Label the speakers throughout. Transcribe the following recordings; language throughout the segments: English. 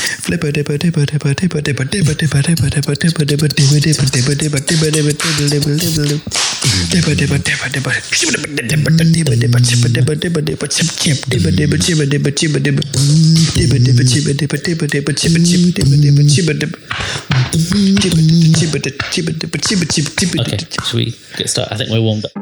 Speaker 1: flipper dipper dipper dipper dipper dipper dipper dipper dipper dipper dipper dipper dipper dipper dipper dipper dipper dipper dipper dipper dipper dipper Dipper dipper dipper dipper dipper dipper dipper dipper chipper dipper dipper dipper chip chip dipper dipper chipper dipper chipper dipper dipper dipper chipper dipper dipper dipper chipper chip dipper dipper chipper dipper chipper chipper chipper dipper chipper chip chipper
Speaker 2: Okay, should we get started? I think we're warmed up.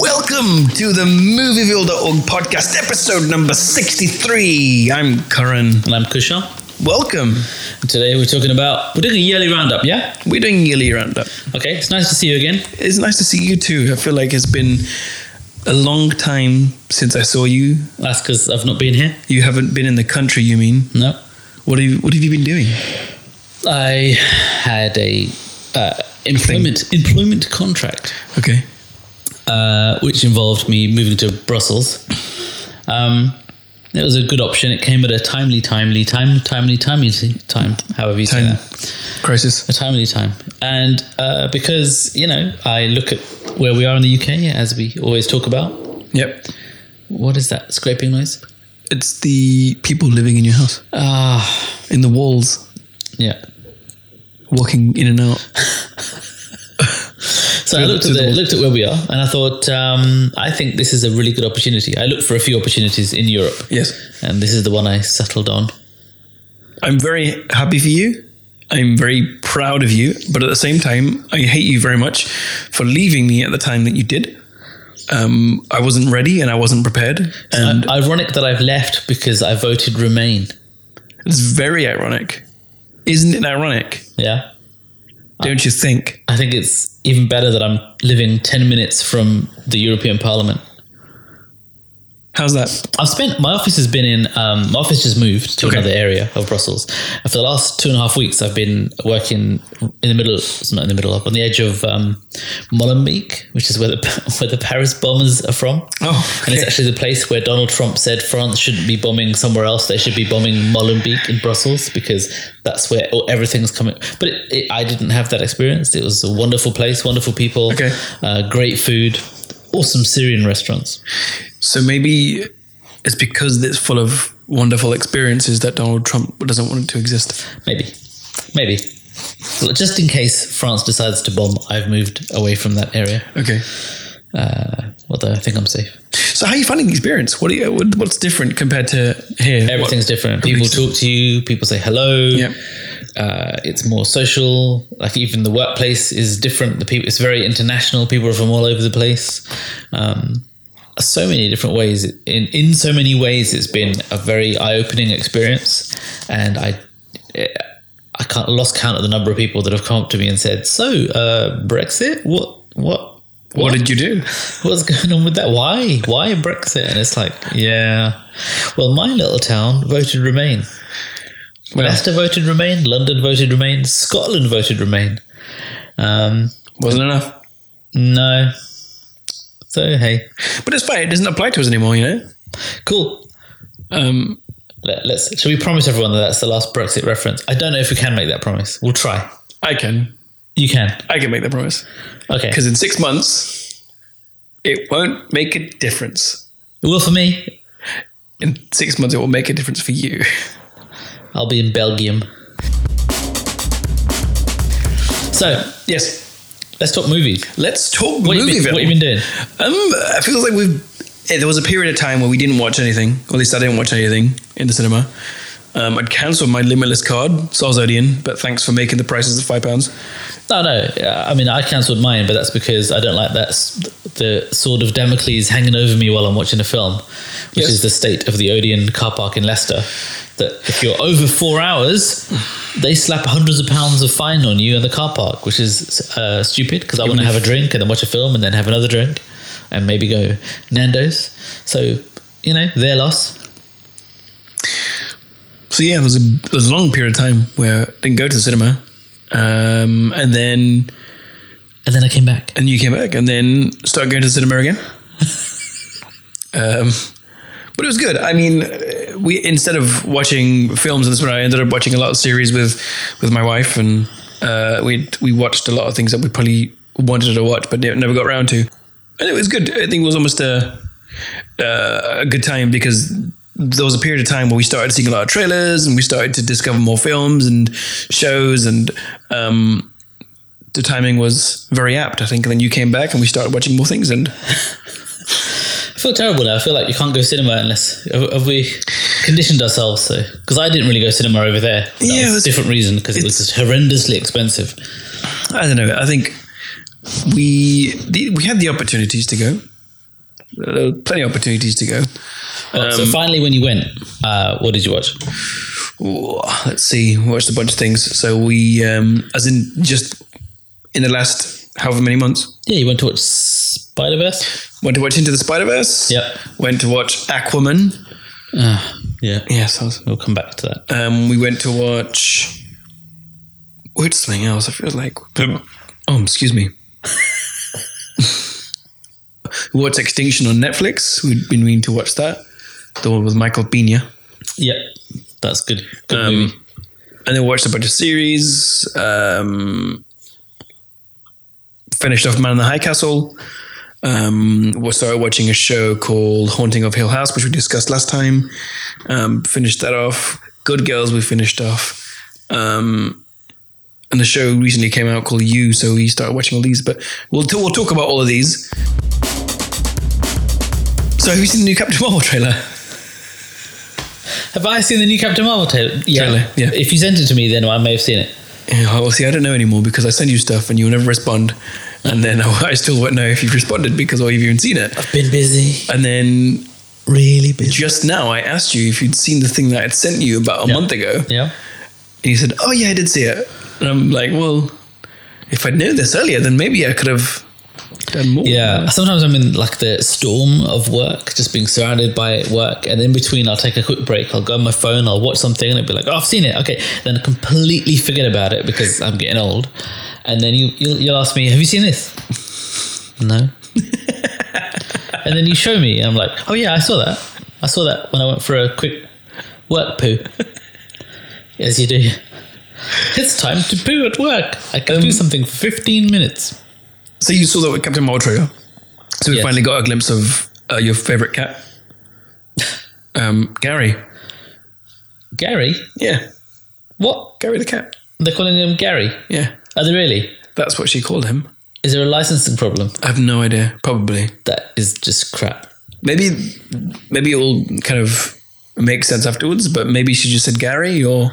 Speaker 1: Welcome to the MovieVille.org podcast, episode number 63. I'm Curran.
Speaker 2: And I'm Kushan.
Speaker 1: Welcome.
Speaker 2: Today we're talking about we're doing a yearly roundup, yeah?
Speaker 1: We're doing yearly roundup.
Speaker 2: Okay, it's nice to see you again.
Speaker 1: It's nice to see you too. I feel like it's been a long time since I saw you.
Speaker 2: That's because I've not been here.
Speaker 1: You haven't been in the country, you mean?
Speaker 2: No,
Speaker 1: What have you, what have you been doing?
Speaker 2: I had a uh, employment employment contract,
Speaker 1: Okay.
Speaker 2: uh, which involved me moving to Brussels. Um, it was a good option. It came at a timely, timely time, timely, timely time. However you say
Speaker 1: Time
Speaker 2: that.
Speaker 1: crisis.
Speaker 2: a timely time. And uh, because, you know, I look at where we are in the UK, as we always talk about.
Speaker 1: Yep.
Speaker 2: What is that scraping noise?
Speaker 1: It's the people living in your house,
Speaker 2: Ah,
Speaker 1: in the walls,
Speaker 2: yeah.
Speaker 1: walking in and out.
Speaker 2: So I looked at, the, looked at where we are and I thought, um, I think this is a really good opportunity. I looked for a few opportunities in Europe.
Speaker 1: Yes.
Speaker 2: And this is the one I settled on.
Speaker 1: I'm very happy for you. I'm very proud of you, but at the same time, I hate you very much for leaving me at the time that you did. Um, I wasn't ready and I wasn't prepared, and
Speaker 2: I- ironic that I've left because I voted Remain.
Speaker 1: it's very ironic, isn't it? Ironic,
Speaker 2: Yeah.
Speaker 1: don't you think?
Speaker 2: I think it's even better that I'm living 10 minutes from the European Parliament.
Speaker 1: How's that?
Speaker 2: I've spent my office has been in um, my office just moved to
Speaker 1: Okay.
Speaker 2: another area of Brussels. And for the last two and a half weeks, I've been working in the middle, it's not in the middle, on the edge of um, Molenbeek, which is where the where the Paris bombers are from.
Speaker 1: Oh,
Speaker 2: And
Speaker 1: okay.
Speaker 2: it's actually the place where Donald Trump said France shouldn't be bombing somewhere else; they should be bombing Molenbeek in Brussels because that's where all- everything's coming. But it, it, I didn't have that experience. It was a wonderful place, wonderful people,
Speaker 1: Okay.
Speaker 2: uh, great food, awesome Syrian restaurants.
Speaker 1: So maybe it's because it's full of wonderful experiences that Donald Trump doesn't want it to exist.
Speaker 2: Maybe. Maybe. Well, Just in case France decides to bomb, I've moved away from that area.
Speaker 1: Okay.
Speaker 2: Uh, although I think I'm safe.
Speaker 1: So how are you finding the experience? What do you, what, what's different compared to here? What-
Speaker 2: Everything's different. People
Speaker 1: makes
Speaker 2: talk to you, people say hello.
Speaker 1: Yeah.
Speaker 2: Uh, it's more social. Like even the workplace is different. The people it's very international. People are from all over the place. Um, so many different ways. In in so many ways, it's been a very eye opening experience, and I. I can't lost count of the number of people that have come up to me and said, "So, uh, Brexit? What? What?
Speaker 1: what did you do?
Speaker 2: what's going on with that? Why? Why Brexit? And it's like, yeah. Well, my little town voted Remain. Leicester voted Remain. London voted Remain. Scotland voted Remain. Um,
Speaker 1: Wasn't enough.
Speaker 2: no. So hey,
Speaker 1: But it's fine. It doesn't apply to us anymore, you know?
Speaker 2: cool.
Speaker 1: Um,
Speaker 2: Let, let's. Shall we promise everyone that that's the last Brexit reference? I don't know if we can make that promise. We'll try.
Speaker 1: I can.
Speaker 2: You can.
Speaker 1: I can make that promise.
Speaker 2: Okay.
Speaker 1: Because in six months, it won't make a difference.
Speaker 2: It will for me.
Speaker 1: In six months, it will make a difference for you.
Speaker 2: I'll be in Belgium. So
Speaker 1: Yes.
Speaker 2: let's talk movies.
Speaker 1: Let's talk
Speaker 2: What, you
Speaker 1: movie
Speaker 2: been, what you been doing?
Speaker 1: Um, I feel like we've. eh, There was a period of time where we didn't watch anything. Or at least I didn't watch anything in the cinema. Um, I'd cancelled my limitless card, Sarzodian, but thanks for making the prices at five pounds.
Speaker 2: No, no. uh, I mean, I cancelled mine, but that's because I don't like that s- the sword of Damocles hanging over me while I'm watching a film, which
Speaker 1: Yes.
Speaker 2: is the state of the Odeon car park in Leicester. That if you're over four hours, they slap hundreds of pounds of fine on you in the car park, which is uh, stupid because I want to have a drink and then watch a film and then have another drink and maybe go Nando's. So you know, their loss.
Speaker 1: So yeah, there was a, there was a long period of time where I didn't go to the cinema. Um, and then
Speaker 2: And then I came back.
Speaker 1: and you came back and then started going to the cinema again. um, but it was good. I mean, uh, we instead of watching films in the cinema, I ended up watching a lot of series with with my wife, and Uh, we we watched a lot of things that we probably wanted to watch but ne- never got around to, and it was good. I think it was almost a uh, a good time because there was a period of time where we started seeing a lot of trailers and we started to discover more films and shows and um, the timing was very apt. I think. And then you came back and we started watching more things and.
Speaker 2: I feel terrible now. I feel like you can't go cinema unless have, have we conditioned ourselves. So because I didn't really go cinema over there. That
Speaker 1: Yeah, it
Speaker 2: was a
Speaker 1: was-
Speaker 2: different reason because it was just horrendously expensive.
Speaker 1: I don't know. I think we the, we had the opportunities to go. There were plenty of opportunities to go.
Speaker 2: Oh,
Speaker 1: Um,
Speaker 2: so finally, when you went, uh, what did you watch?
Speaker 1: Ooh, let's see. We watched a bunch of things. So we, um, as in just in the last however many months,
Speaker 2: Yeah, you went to watch Spider Verse.
Speaker 1: went to watch Into the Spider Verse.
Speaker 2: Yep.
Speaker 1: Went to watch Aquaman.
Speaker 2: yeah,
Speaker 1: Yes. I was-
Speaker 2: Ah, we'll come back to that.
Speaker 1: Um, we went to watch. What's something else? I feel like. Oh, excuse me. we watched Extinction on Netflix. We'd been meaning to watch that. The one with Michael Pena.
Speaker 2: Yep, that's good. Good
Speaker 1: Um,
Speaker 2: movie.
Speaker 1: And then watched a bunch of series. Um, finished off Man in the High Castle. Um, we started watching a show called Haunting of Hill House, which we discussed last time. Um, finished that off. Good Girls, we finished off. Um, and the show recently came out called You, so we started watching all these. But we'll t- we'll talk about all of these. So have you seen the new Captain Marvel trailer?
Speaker 2: Have I seen the new Captain Marvel trailer? Yeah.
Speaker 1: Trailer, yeah.
Speaker 2: If you sent it to me, then I may have seen it.
Speaker 1: Yeah, well, see, I don't know anymore because I send you stuff and you never respond. And then I still won't know if you've responded because or you've even seen it.
Speaker 2: I've been busy,
Speaker 1: And then
Speaker 2: really busy.
Speaker 1: just now I asked you if you'd seen the thing that I'd sent you about a month ago.
Speaker 2: Yeah.
Speaker 1: And you said, Oh, yeah, I did see it. And I'm like, Well, if I'd known this earlier, then maybe I could have done more.
Speaker 2: Yeah, sometimes I'm in like the storm of work, just being surrounded by work, and in between I'll take a quick break. I'll go on my phone, I'll watch something, and it'll be like, "Oh, I've seen it." Okay, then I completely forget about it because I'm getting old. And then you you'll, you'll ask me, "Have you seen this?" No. and then you show me, and I'm like, "Oh yeah, I saw that. I saw that when I went for a quick work poo." As you do. It's time to poo at work. I can do something for 15 minutes.
Speaker 1: So you saw that with Captain Marvel trailer. So we
Speaker 2: Yes.
Speaker 1: finally got a glimpse of uh, your favorite cat, um, Gary.
Speaker 2: Gary,
Speaker 1: Yeah,
Speaker 2: what
Speaker 1: Gary the cat.
Speaker 2: They're calling him Gary.
Speaker 1: Yeah,
Speaker 2: Are they really?
Speaker 1: that's what she called him.
Speaker 2: Is there a licensing problem?
Speaker 1: I have no idea. Probably.
Speaker 2: That is just crap.
Speaker 1: maybe maybe it'll kind of make sense afterwards, but maybe she just said Gary or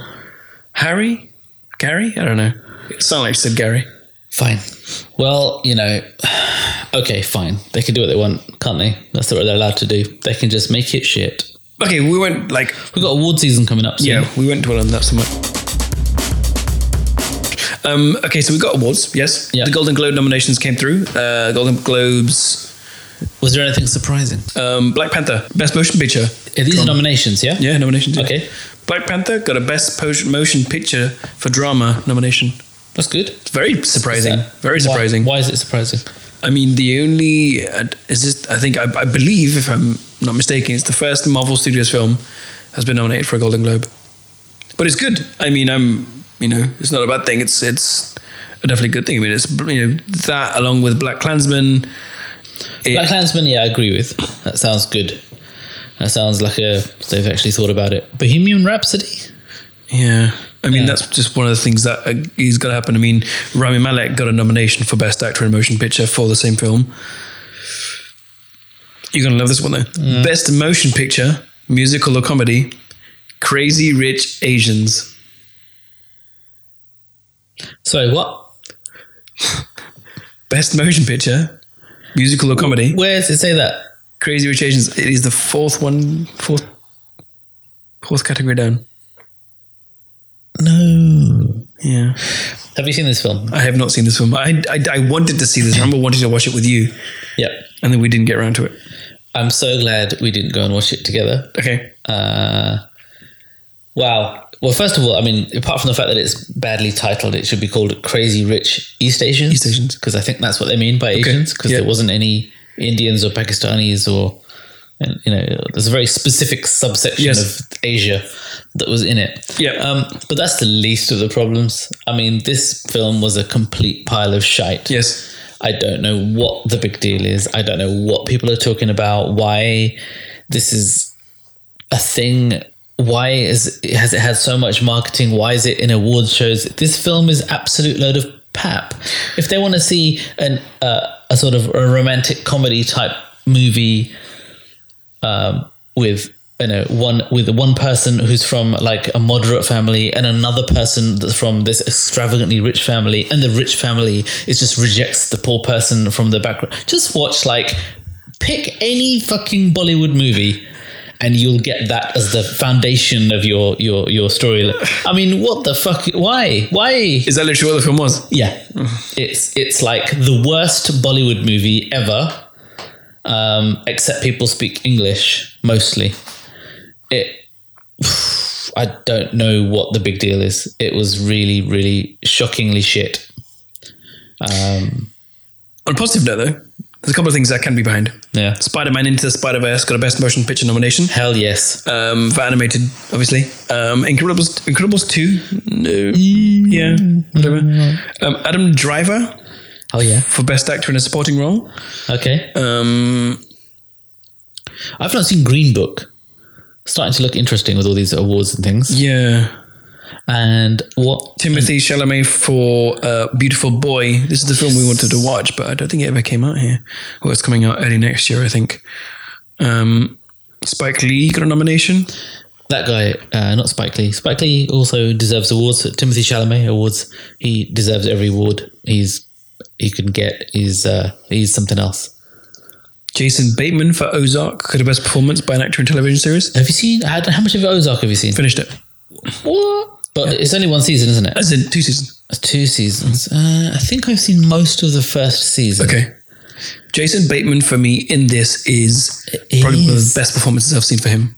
Speaker 1: Harry? Gary? I don't know. It sounded like she said Gary.
Speaker 2: Fine. Well, you know, okay, fine. They can do what they want, can't they? That's what they're allowed to do. They can just make it shit.
Speaker 1: Okay, we went like
Speaker 2: We've got award season coming up soon.
Speaker 1: yeah, we went dwell on that so much. Um, okay, so we got awards, yes.
Speaker 2: Yeah.
Speaker 1: The Golden Globe nominations came through. Uh, Golden Globes,
Speaker 2: Was there anything surprising?
Speaker 1: um, Black Panther, Best Motion Picture.
Speaker 2: Are these are nominations, yeah?
Speaker 1: Yeah, nominations. yeah.
Speaker 2: Okay.
Speaker 1: Black Panther got a Best Potion- Motion Picture for Drama nomination.
Speaker 2: That's good.
Speaker 1: Very surprising.
Speaker 2: Is that-
Speaker 1: Very
Speaker 2: why-
Speaker 1: surprising.
Speaker 2: Why, is it surprising?
Speaker 1: I mean, the only uh, is this. I think I, I believe, if I'm not mistaken, it's the first Marvel Studios film has been nominated for a Golden Globe. But it's good. I mean, I'm you know, it's not a bad thing. It's it's a definitely good thing. I mean, it's you know that along with Black Klansman. it-
Speaker 2: Black Klansman, yeah, I agree with. That sounds good. That sounds like a they've actually thought about it. Bohemian Rhapsody?
Speaker 1: yeah. I mean,
Speaker 2: Yeah.
Speaker 1: that's just one of the things that uh, is going to happen. I mean, Rami Malek got a nomination for Best Actor in Motion Picture for the same film. You're gonna love this one though. Best motion picture, musical or comedy, Crazy Rich Asians.
Speaker 2: Sorry, what?
Speaker 1: Best motion picture, musical or comedy,
Speaker 2: Where does it say that?
Speaker 1: Crazy Rich Asians. It is the fourth one, fourth, fourth category down.
Speaker 2: No.
Speaker 1: Yeah,
Speaker 2: Have you seen this film?
Speaker 1: I have not seen this film. I, I, I wanted to see this. I remember wanting to watch it with you,
Speaker 2: Yep.
Speaker 1: and then we didn't get around to it.
Speaker 2: I'm so glad we didn't go and watch it together.
Speaker 1: Okay.
Speaker 2: Uh, wow. Well, first of all, I mean, apart from the fact that it's badly titled, it should be called Crazy Rich East Asians.
Speaker 1: East Asians.
Speaker 2: Because I think that's what they mean by Asians, because
Speaker 1: yeah.
Speaker 2: there wasn't any Indians or Pakistanis or and you know there's a very specific subsection
Speaker 1: Yes.
Speaker 2: of Asia that was in it.
Speaker 1: Yep.
Speaker 2: Um, but that's the least of the problems. I mean, this film was a complete pile of shite.
Speaker 1: Yes.
Speaker 2: I don't know what the big deal is. I don't know what people are talking about. Why this is a thing. Why is has it had so much marketing? Why is it in award shows? This film is absolute load of pap. If they want to see an uh, a sort of a romantic comedy type movie with you know one with one person who's from like a moderate family and another person that's from this extravagantly rich family and the rich family is just rejects the poor person from the background just watch like pick any fucking bollywood movie and you'll get that as the foundation of your your your story i mean what the fuck why why
Speaker 1: Is that literally what the film was?
Speaker 2: yeah, it's it's like the worst Bollywood movie ever, um, except people speak English mostly. It, I don't know what the big deal is. It was really, really shockingly shit. Um,
Speaker 1: On a positive note, though, there's a couple of things that can be behind.
Speaker 2: yeah,
Speaker 1: Spider Man Into the Spider Verse got a Best Motion Picture nomination
Speaker 2: hell yes.
Speaker 1: um, for animated, obviously. Um, Incredibles, Incredibles 2. No. Yeah. Whatever. Um, Adam Driver
Speaker 2: Oh yeah. Uh,
Speaker 1: for Best Actor in a Supporting Role.
Speaker 2: Okay,
Speaker 1: Um,
Speaker 2: I've not seen Green Book. Starting to look interesting with all these awards and things.
Speaker 1: yeah.
Speaker 2: And what?
Speaker 1: Timothy Chalamet for uh, Beautiful Boy. This is the film we wanted to watch, but I don't think it ever came out here. Well, it's coming out early next year, I think. Um, Spike Lee got a nomination.
Speaker 2: that guy, uh, not Spike Lee. Spike Lee also deserves awards. Timothy Chalamet awards. He deserves every award he's he can get. He's uh, he's something else.
Speaker 1: Jason Bateman for Ozark got a Best Performance by an Actor in Television Series.
Speaker 2: Have you seen how, how much of Ozark have you seen?
Speaker 1: Finished it.
Speaker 2: What? But it's only one season, isn't it?
Speaker 1: As in two seasons.
Speaker 2: It's two seasons. Uh, I think I've seen most of the first season.
Speaker 1: Okay. Jason Bateman for me in this is
Speaker 2: It
Speaker 1: probably one of the
Speaker 2: is.
Speaker 1: best performances I've seen for him.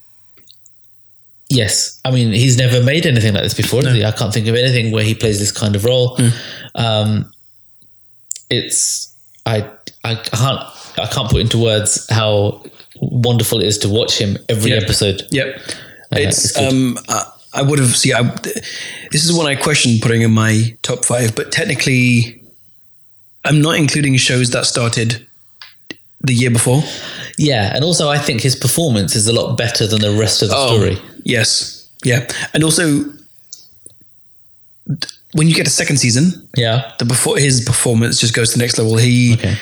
Speaker 2: Yes, I mean he's never made anything like this before. Has he? I can't think of anything where he plays this kind of role. Um, it's I I can't I can't put into words how wonderful it is to watch him every
Speaker 1: Yeah.
Speaker 2: episode.
Speaker 1: Yep.
Speaker 2: Uh, it's
Speaker 1: it's
Speaker 2: good.
Speaker 1: um I, I would have see I this is one I questioned putting in my top 5 but technically I'm not including shows that started the year before.
Speaker 2: Yeah, and also I think his performance is a lot better than the rest of the
Speaker 1: Oh.
Speaker 2: Oh. story.
Speaker 1: Yes. Yeah. And also th- when you get a second season,
Speaker 2: Yeah.
Speaker 1: the before his performance just goes to the next level. He
Speaker 2: Okay.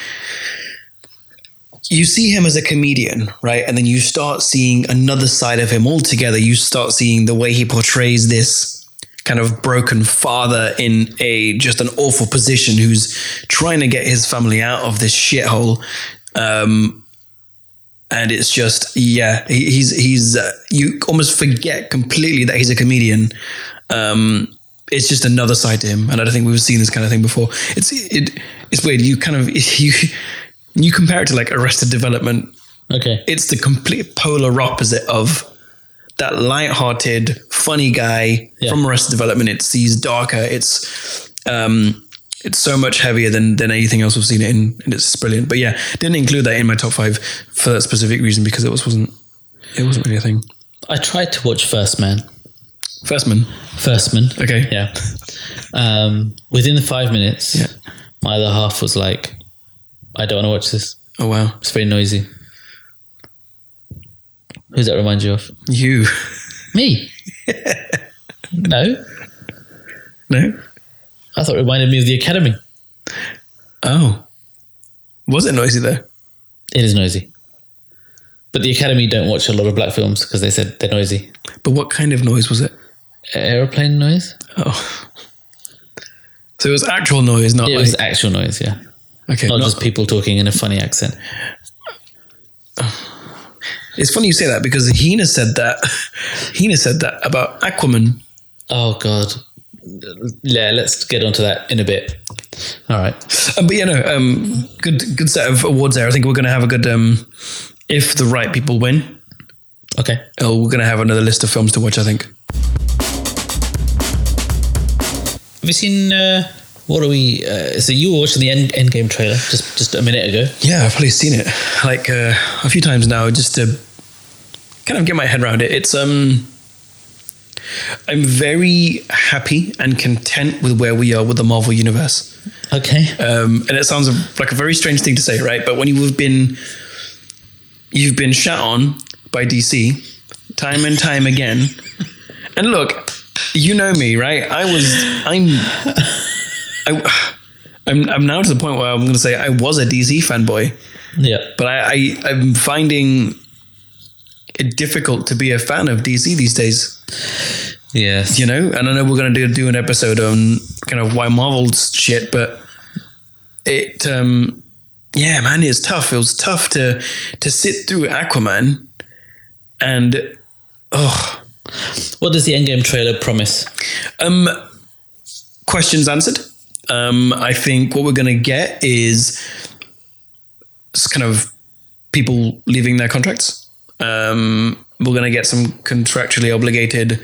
Speaker 1: you see him as a comedian, right? And then you start seeing another side of him altogether. You start seeing the way he portrays this kind of broken father in a just an awful position who's trying to get his family out of this shithole. Um, and it's just, yeah, he, he's, he's, uh, you almost forget completely that he's a comedian. Um, it's just another side to him. And I don't think we've seen this kind of thing before. It's, it, it's weird. You kind of, you, you compare it to like Arrested Development
Speaker 2: Okay.
Speaker 1: it's the complete polar opposite of that light-hearted, funny guy
Speaker 2: Yeah.
Speaker 1: from Arrested Development. It's these darker. It's um, it's so much heavier than than anything else we've seen it in, and it's brilliant. But yeah, didn't include that in my top five for that specific reason because it was wasn't it wasn't really a thing.
Speaker 2: I tried to watch First Man.
Speaker 1: First man,
Speaker 2: First Man.
Speaker 1: okay,
Speaker 2: Yeah. Um, within the five minutes, my other half was like, I don't want to watch this.
Speaker 1: oh wow,
Speaker 2: It's very noisy. Who does that remind you of?
Speaker 1: you
Speaker 2: Me. no,
Speaker 1: no,
Speaker 2: I thought it reminded me of the Academy.
Speaker 1: oh, was it noisy though?
Speaker 2: It is noisy, but the Academy don't watch a lot of black films because they said they're noisy.
Speaker 1: But what kind of noise was it?
Speaker 2: Aeroplane noise.
Speaker 1: Oh, so it was actual noise, not
Speaker 2: It
Speaker 1: like
Speaker 2: was actual noise. Yeah,
Speaker 1: okay,
Speaker 2: not
Speaker 1: not-
Speaker 2: just people talking in a funny accent.
Speaker 1: It's funny you say that because Hina said that. Hina said that about Aquaman.
Speaker 2: Oh God. Yeah, let's get onto that in a bit. All right.
Speaker 1: Um, but yeah, no, um, good good set of awards there. I think we're going to have a good. Um, if the right people win,
Speaker 2: Okay.
Speaker 1: oh, we're going to have another list of films to watch. I think.
Speaker 2: Have you seen? Uh, what are we? Uh, so you were watching the end Endgame trailer just just a minute ago.
Speaker 1: Yeah, I've probably seen it like uh, a few times now, just to kind of get my head around it. It's um, I'm very happy and content with where we are with the Marvel universe.
Speaker 2: Okay.
Speaker 1: Um, and it sounds like a very strange thing to say, right? But when you've been you've been shut on by DC time and time again, and look, you know me, right? I was I'm I, I'm I'm now to the point where I'm going to say I was a DC fanboy,
Speaker 2: Yeah.
Speaker 1: but I, I I'm finding it difficult to be a fan of DC these days
Speaker 2: Yes.
Speaker 1: you know and i know we're going to do, do an episode on kind of why marvel's shit but it um yeah man it's tough it was tough to to sit through aquaman and oh
Speaker 2: What does the Endgame trailer promise?
Speaker 1: um questions answered um i think what we're going to get is s- kind of people leaving their contracts um we're going to get some contractually obligated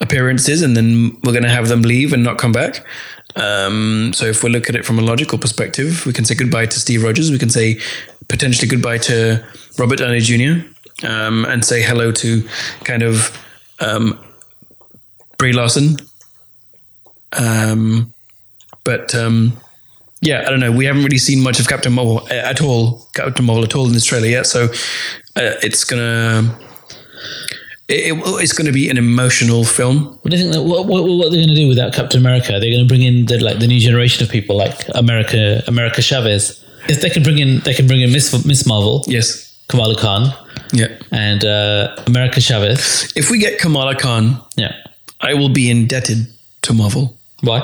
Speaker 1: appearances and then we're going to have them leave and not come back um, so if we look at it from a logical perspective, we can say goodbye to Steve Rogers. We can say potentially goodbye to Robert Downey Jr. Um, and say hello to kind of um, Brie Larson. Um, but um, yeah, I don't know. We haven't really seen much of Captain Marvel a- at all, Captain Marvel at all in this trailer yet. So uh, it's gonna it, it- it's gonna be an emotional film.
Speaker 2: What do you think? That, what, what, what they're going to do without Captain America? They're going to bring in the, like the new generation of people, like America, America Chavez. If they can bring in, they can bring in Miss Miss Marvel,
Speaker 1: Yes.
Speaker 2: Kamala Khan,
Speaker 1: Yeah.
Speaker 2: and uh, America Chavez.
Speaker 1: If we get Kamala Khan
Speaker 2: Yeah.
Speaker 1: I will be indebted to Marvel.
Speaker 2: Why?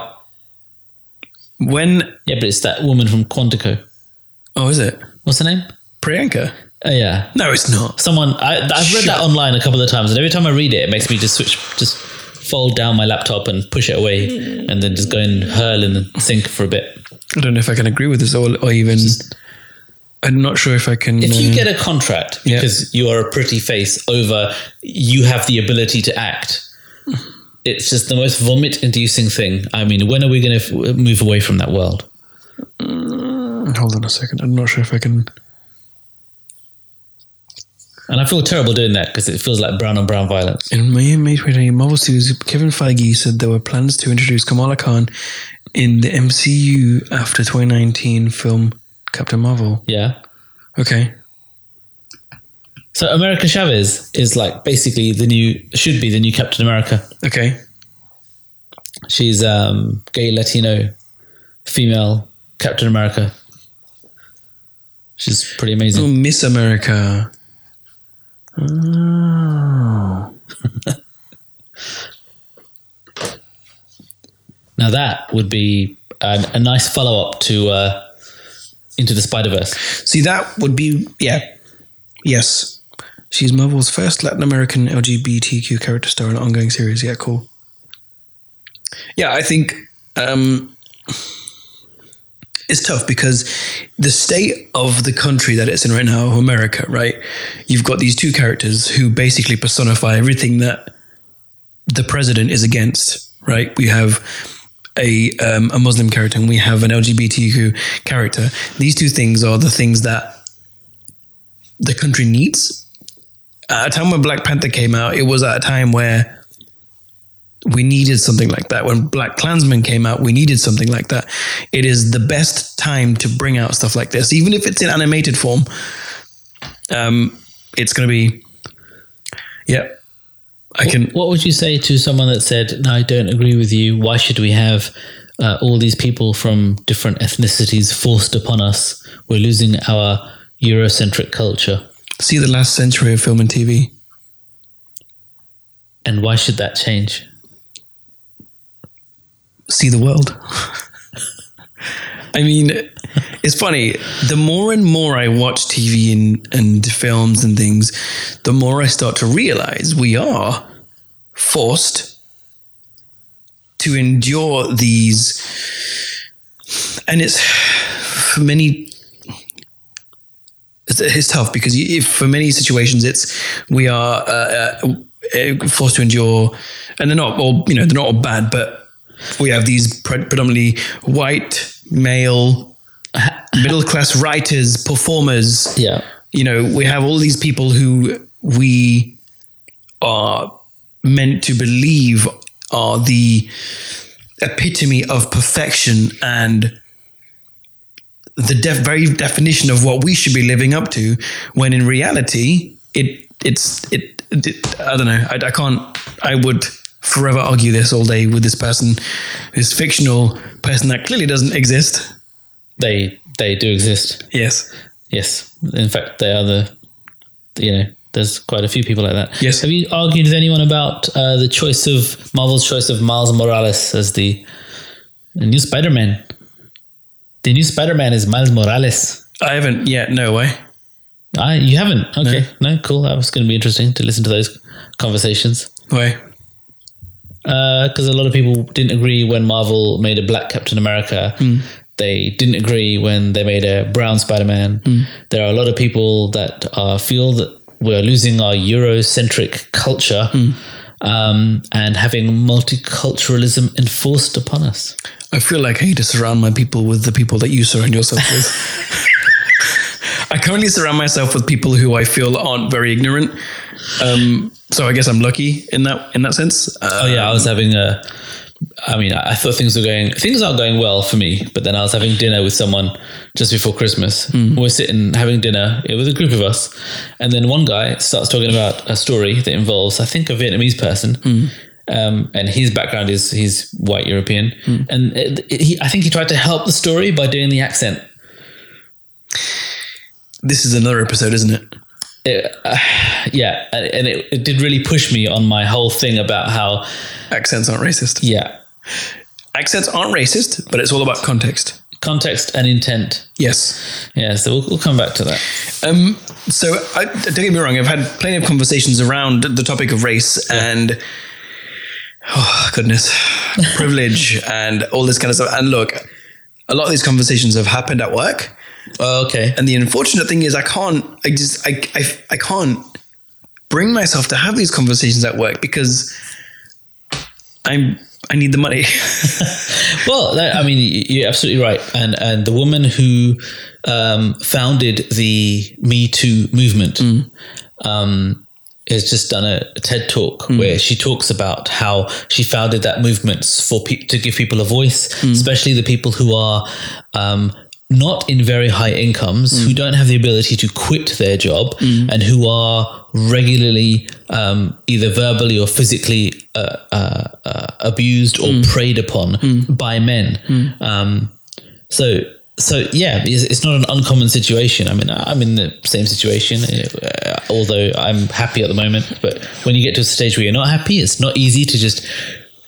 Speaker 1: When
Speaker 2: Yeah, but it's that woman from Quantico.
Speaker 1: oh is it
Speaker 2: What's her name?
Speaker 1: Priyanka?
Speaker 2: Oh yeah.
Speaker 1: No, it's not.
Speaker 2: Someone I, I've read that online a couple of times, and every time I read it, it makes me just switch, just fold down my laptop and push it away, and then just go and hurl in the sink for a bit.
Speaker 1: I don't know if I can agree with this or, or even. I'm not sure if I can.
Speaker 2: If you
Speaker 1: uh,
Speaker 2: get a contract
Speaker 1: Yeah.
Speaker 2: because you are a pretty face over you have the ability to act, it's just the most vomit inducing thing. I mean, when are we going to f- move away from that world?
Speaker 1: hold on a second, I'm not sure if I can.
Speaker 2: And I feel terrible doing that because it feels like brown on brown violence.
Speaker 1: In May May 2020, Marvel Studios Kevin Feige said there were plans to introduce Kamala Khan in the MCU after 2019 film Captain Marvel.
Speaker 2: Yeah.
Speaker 1: Okay,
Speaker 2: So America Chavez is like basically the new, should be the new Captain America.
Speaker 1: okay,
Speaker 2: She's um, gay, Latino, female Captain America. She's pretty amazing.
Speaker 1: Oh, Miss America. Oh.
Speaker 2: Now that would be an, a nice follow up to uh, Into the Spider Verse.
Speaker 1: See, that would be yeah, yes. She's Marvel's first Latin American LGBTQ character star in an ongoing series. Yeah, cool. Yeah, I think um, it's tough because the state of the country that it's in right now, America, right? You've got these two characters who basically personify everything that the president is against, right? We have a um, a Muslim character and we have an LGBTQ character. These two things are the things that the country needs. At a time when Black Panther came out, it was at a time where we needed something like that. When Black Klansman came out, we needed something like that. It is the best time to bring out stuff like this, even if it's in animated form. Um, it's going to be, yeah. I can.
Speaker 2: What would you say to someone that said, "No, I don't agree with you. Why should we have uh, all these people from different ethnicities forced upon us? We're losing our Eurocentric culture,
Speaker 1: see the last century of film and TV.
Speaker 2: and why should that change?"
Speaker 1: See the world. I mean, it's funny. The more and more I watch TV and, and films and things, the more I start to realize we are forced to endure these. And it's for many it's, it's tough because you, if for many situations it's we are uh, uh, forced to endure, and they're not all you know they're not all bad, but we have these pre- predominantly white male middle class writers performers
Speaker 2: Yeah.
Speaker 1: you know, we have all these people who we are meant to believe are the epitome of perfection and the def- very definition of what we should be living up to when in reality it it's it, it- i don't know I, I can't i would forever argue this all day with this person this fictional person that clearly doesn't exist
Speaker 2: They they do exist.
Speaker 1: yes
Speaker 2: Yes, in fact, they are the you know. There's quite a few people like that.
Speaker 1: Yes.
Speaker 2: Have you argued with anyone about uh, the choice of Marvel's choice of Miles Morales as the, the new Spider-Man? The new Spider-Man is Miles Morales.
Speaker 1: i haven't yet no way
Speaker 2: I you haven't? Okay, no, cool. That was going to be interesting to listen to those conversations
Speaker 1: way
Speaker 2: because Uh, a lot of people didn't agree when Marvel made a black Captain America. They didn't agree when they made a brown Spider Man. There are a lot of people that uh, feel that we're losing our Eurocentric culture um, and having multiculturalism enforced upon us.
Speaker 1: I feel like I need to surround my people with the people that you surround yourself with. I currently surround myself with people who I feel aren't very ignorant. Um, so I guess I'm lucky in that in that sense. Uh,
Speaker 2: Oh yeah, I was having a. I mean, I I thought things were going. Things aren't going well for me. But then I was having dinner with someone just before Christmas. We're sitting having dinner with a group of us, and then one guy starts talking about a story that involves, I think, a Vietnamese person. Um, and his background is he's white European, and it, it- he, I think he tried to help the story by doing the accent.
Speaker 1: This is another episode, isn't it?
Speaker 2: It, uh, yeah, and, and it, it did really push me on my whole thing about how
Speaker 1: Accents aren't racist.
Speaker 2: yeah,
Speaker 1: Accents aren't racist, but it's all about context.
Speaker 2: context and intent.
Speaker 1: Yes.
Speaker 2: Yeah, so we'll, we'll come back to that.
Speaker 1: Um, so I, don't get me wrong. I've had plenty of conversations around the topic of race and oh goodness, privilege and all this kind of stuff. And look, a lot of these conversations have happened at work.
Speaker 2: okay.
Speaker 1: And the unfortunate thing is, I can't. I just. I. I, I can't bring myself to have these conversations at work because I'm. I need the money.
Speaker 2: Well, that, I mean, y- you're absolutely right. And and the woman who um, founded the Me Too movement um, has just done a, a TED talk where she talks about how she founded that movement for pe- to give people a voice, especially the people who are. Um, not in very high incomes, who don't have the ability to quit their job, and who are regularly um, either verbally or physically uh, uh, uh, abused or preyed upon by men. Um, so so yeah, it's, it's not an uncommon situation. I mean, I'm in the same situation, uh, although I'm happy at the moment. But when you get to a stage where you're not happy, it's not easy to just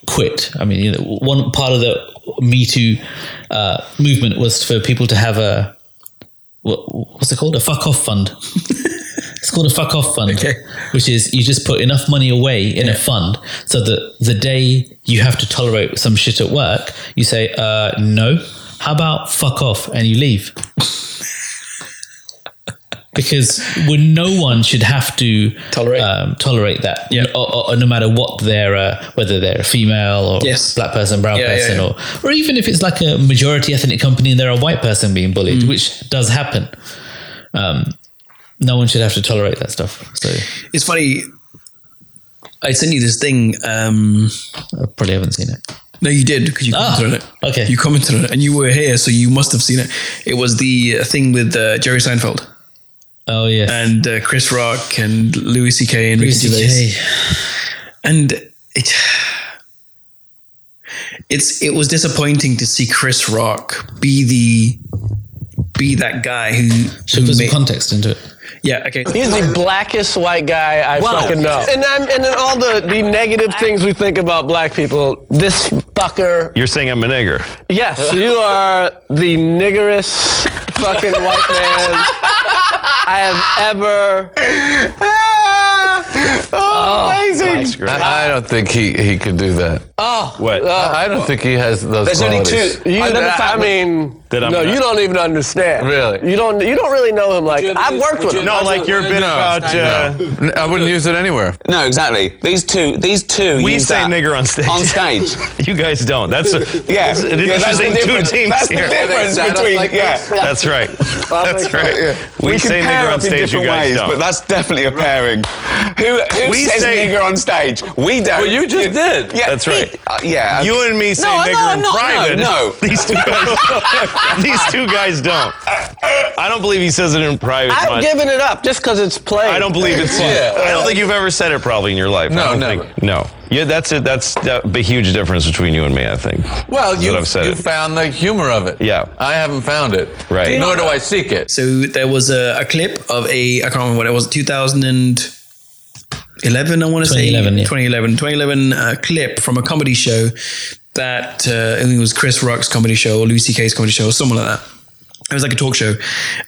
Speaker 2: quit. I mean, you know, one part of the Me Too uh, movement was for people to have a what, what's it called? A fuck off fund. it's called a fuck off fund,
Speaker 1: Okay.
Speaker 2: which is you just put enough money away in a fund so that the day you have to tolerate some shit at work, you say, uh, no, how about fuck off and you leave. because when no one should have to
Speaker 1: Tolerate.
Speaker 2: um, tolerate that,
Speaker 1: Yeah.
Speaker 2: or, or, or no matter what they're, uh, whether they're a female or
Speaker 1: Yes.
Speaker 2: black person, brown
Speaker 1: Yeah, yeah,
Speaker 2: person,
Speaker 1: yeah.
Speaker 2: or or even if it's like a majority ethnic company and they're a white person being bullied, which does happen. Um, no one should have to tolerate that stuff. So
Speaker 1: it's funny. I sent you this thing. Um,
Speaker 2: I probably haven't seen it.
Speaker 1: no, you did because you commented on it.
Speaker 2: Ah, okay.
Speaker 1: You commented on it, and you were here, so you must have seen it. It was the uh, thing with uh, Jerry Seinfeld
Speaker 2: Oh yes.
Speaker 1: and uh, Chris Rock and Louis C.K. and Ricky
Speaker 2: Lucy
Speaker 1: Gervais.
Speaker 2: Kay.
Speaker 1: and it it's it was disappointing to see Chris Rock be the be that guy who,
Speaker 2: Should
Speaker 1: who
Speaker 2: put some
Speaker 1: ma-
Speaker 2: context into it.
Speaker 1: yeah okay
Speaker 3: He's the blackest white guy I fucking know. And I'm, and then all the, the negative things we think about black people. This fucker.
Speaker 4: You're saying I'm a nigger.
Speaker 3: Yes, you are the niggerest fucking white man I have ever.
Speaker 4: Amazing.
Speaker 5: I, I don't think he, he could do that.
Speaker 3: Oh,
Speaker 4: What?
Speaker 3: uh,
Speaker 5: I don't think he has those
Speaker 3: only
Speaker 5: qualities.
Speaker 3: you, I, I mean,
Speaker 5: that I'm
Speaker 3: No,
Speaker 5: gonna-
Speaker 3: you don't even understand.
Speaker 6: Really?
Speaker 3: You don't. You don't really know him. Like
Speaker 7: you ever
Speaker 3: I've
Speaker 7: use-
Speaker 3: worked
Speaker 7: would
Speaker 3: with
Speaker 7: you
Speaker 3: him.
Speaker 5: No, like your bit about uh,
Speaker 6: N- I wouldn't use it anywhere.
Speaker 7: No, exactly. These two, these two.
Speaker 5: we
Speaker 7: use
Speaker 5: say
Speaker 7: that
Speaker 5: nigger on stage.
Speaker 7: on stage.
Speaker 5: you guys don't. That's a,
Speaker 7: Yeah,
Speaker 5: that's an
Speaker 7: yeah, that's the
Speaker 5: interesting two
Speaker 7: difference.
Speaker 5: teams
Speaker 7: That's the
Speaker 5: here.
Speaker 7: difference
Speaker 6: Sound up
Speaker 7: between
Speaker 6: like
Speaker 7: yeah.
Speaker 5: That's right. That's right. We, say
Speaker 7: pair
Speaker 5: nigger on
Speaker 7: up in
Speaker 5: stage. You
Speaker 7: different
Speaker 5: guys
Speaker 7: ways,
Speaker 5: don't.
Speaker 7: But that's definitely a pairing. Who, who
Speaker 5: We
Speaker 7: says
Speaker 5: say-
Speaker 7: nigger on stage? We don't.
Speaker 6: Well, you just did.
Speaker 7: Yeah,
Speaker 5: That's right.
Speaker 7: uh, yeah.
Speaker 5: you and me say
Speaker 7: No,
Speaker 5: nigger in
Speaker 7: no, I'm not-
Speaker 5: private.
Speaker 7: no, no.
Speaker 5: These two guys. these two guys don't. I don't believe he says it in private.
Speaker 3: I've
Speaker 5: much.
Speaker 3: given it up just because it's played.
Speaker 5: I don't believe it's.
Speaker 6: Yeah.
Speaker 5: I don't think you've ever said it probably in your life.
Speaker 6: No,
Speaker 5: I don't
Speaker 6: never.
Speaker 5: Think, no. Yeah, that's it. That's the the huge difference between you and me. I think.
Speaker 6: Well,
Speaker 5: That's
Speaker 6: you,
Speaker 5: what I've said
Speaker 6: you
Speaker 5: it.
Speaker 6: found the humor of it.
Speaker 5: Yeah.
Speaker 6: I haven't found it.
Speaker 5: Right.
Speaker 6: Nor do I seek it.
Speaker 1: So there was a, a clip of a I can't remember what it was 2011 I want to say
Speaker 2: 2011, yeah.
Speaker 1: 2011 2011 uh, clip from a comedy show that uh, I think it was Chris Rock's comedy show or Lucy Kay's comedy show or someone like that. It was like a talk show,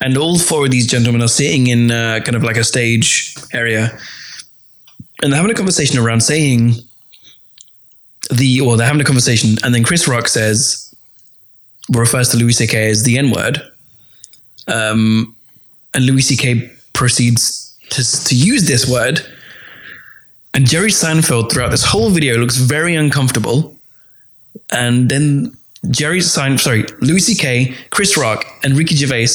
Speaker 1: and all four of these gentlemen are sitting in uh, kind of like a stage area, and they're having a conversation around saying the or they're having a conversation, and then Chris Rock says refers to Louis C.K. as the N word and Louis C.K. proceeds to, to use this word. And Jerry Seinfeld, throughout this whole video, looks very uncomfortable. And then Jerry Seinfeld, sorry, Louis C.K., Chris Rock, and Ricky Gervais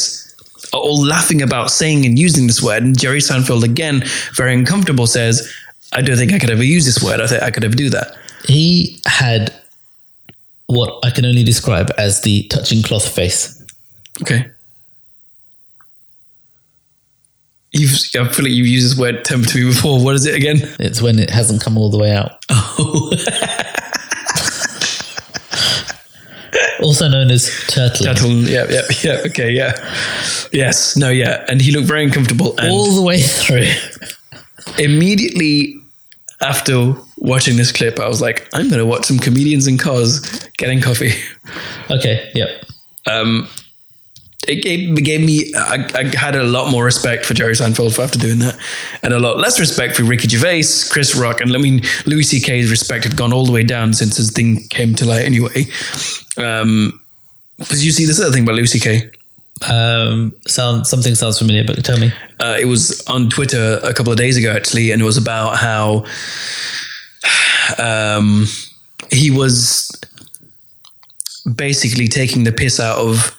Speaker 1: are all laughing about saying and using this word. And Jerry Seinfeld, again, very uncomfortable, says, I don't think I could ever use this word. I think I could ever do that.
Speaker 2: He had what I can only describe as the touching cloth face.
Speaker 1: Okay. You've, I feel like you've used this word term to me before. What is it again?
Speaker 2: It's when it hasn't come all the way out. also known as turtling.
Speaker 1: That'll, yeah, yeah, yeah. Okay, yeah. Yes, no, yeah. And he looked very uncomfortable. And
Speaker 2: All the way through.
Speaker 1: immediately after watching this clip, I was like, I'm going to watch some comedians in cars getting coffee. Um,
Speaker 2: Okay, yep.
Speaker 1: It gave, it gave me, I, I had a lot more respect for Jerry Seinfeld for after doing that, and a lot less respect for Ricky Gervais, Chris Rock, and I mean, Louis C.K.'s respect had gone all the way down since his thing came to light anyway. Um, because you see this other thing about Louis C.K.
Speaker 2: Um, sound, something sounds familiar, but tell me.
Speaker 1: uh, it was on Twitter a couple of days ago actually, and it was about how um, he was basically taking the piss out of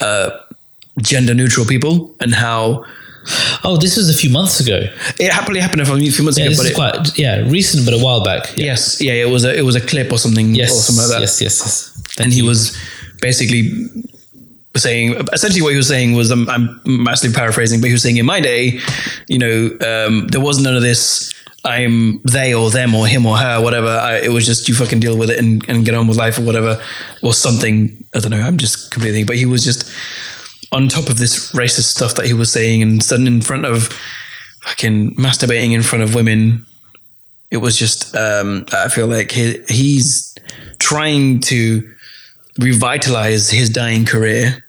Speaker 1: uh, gender neutral people and how
Speaker 2: Oh, this was a few months ago.
Speaker 1: it happily happened a few months
Speaker 2: Yeah,
Speaker 1: ago,
Speaker 2: this
Speaker 1: but
Speaker 2: is
Speaker 1: it,
Speaker 2: quite yeah recent, but a while back. Yeah.
Speaker 1: yes, yeah, it was a it was a clip or something
Speaker 2: Yes.
Speaker 1: or something like that.
Speaker 2: yes. Yes. Yes.
Speaker 1: and he was basically saying essentially what he was saying was I'm, I'm massively paraphrasing but he was saying in my day you know um, there was none of this I'm they or them or him or her whatever I, it was just you fucking deal with it and, and get on with life or whatever or something I don't know I'm just completely but he was just on top of this racist stuff that he was saying and sudden in front of fucking masturbating in front of women it was just um, I feel like he, he's trying to revitalize his dying career.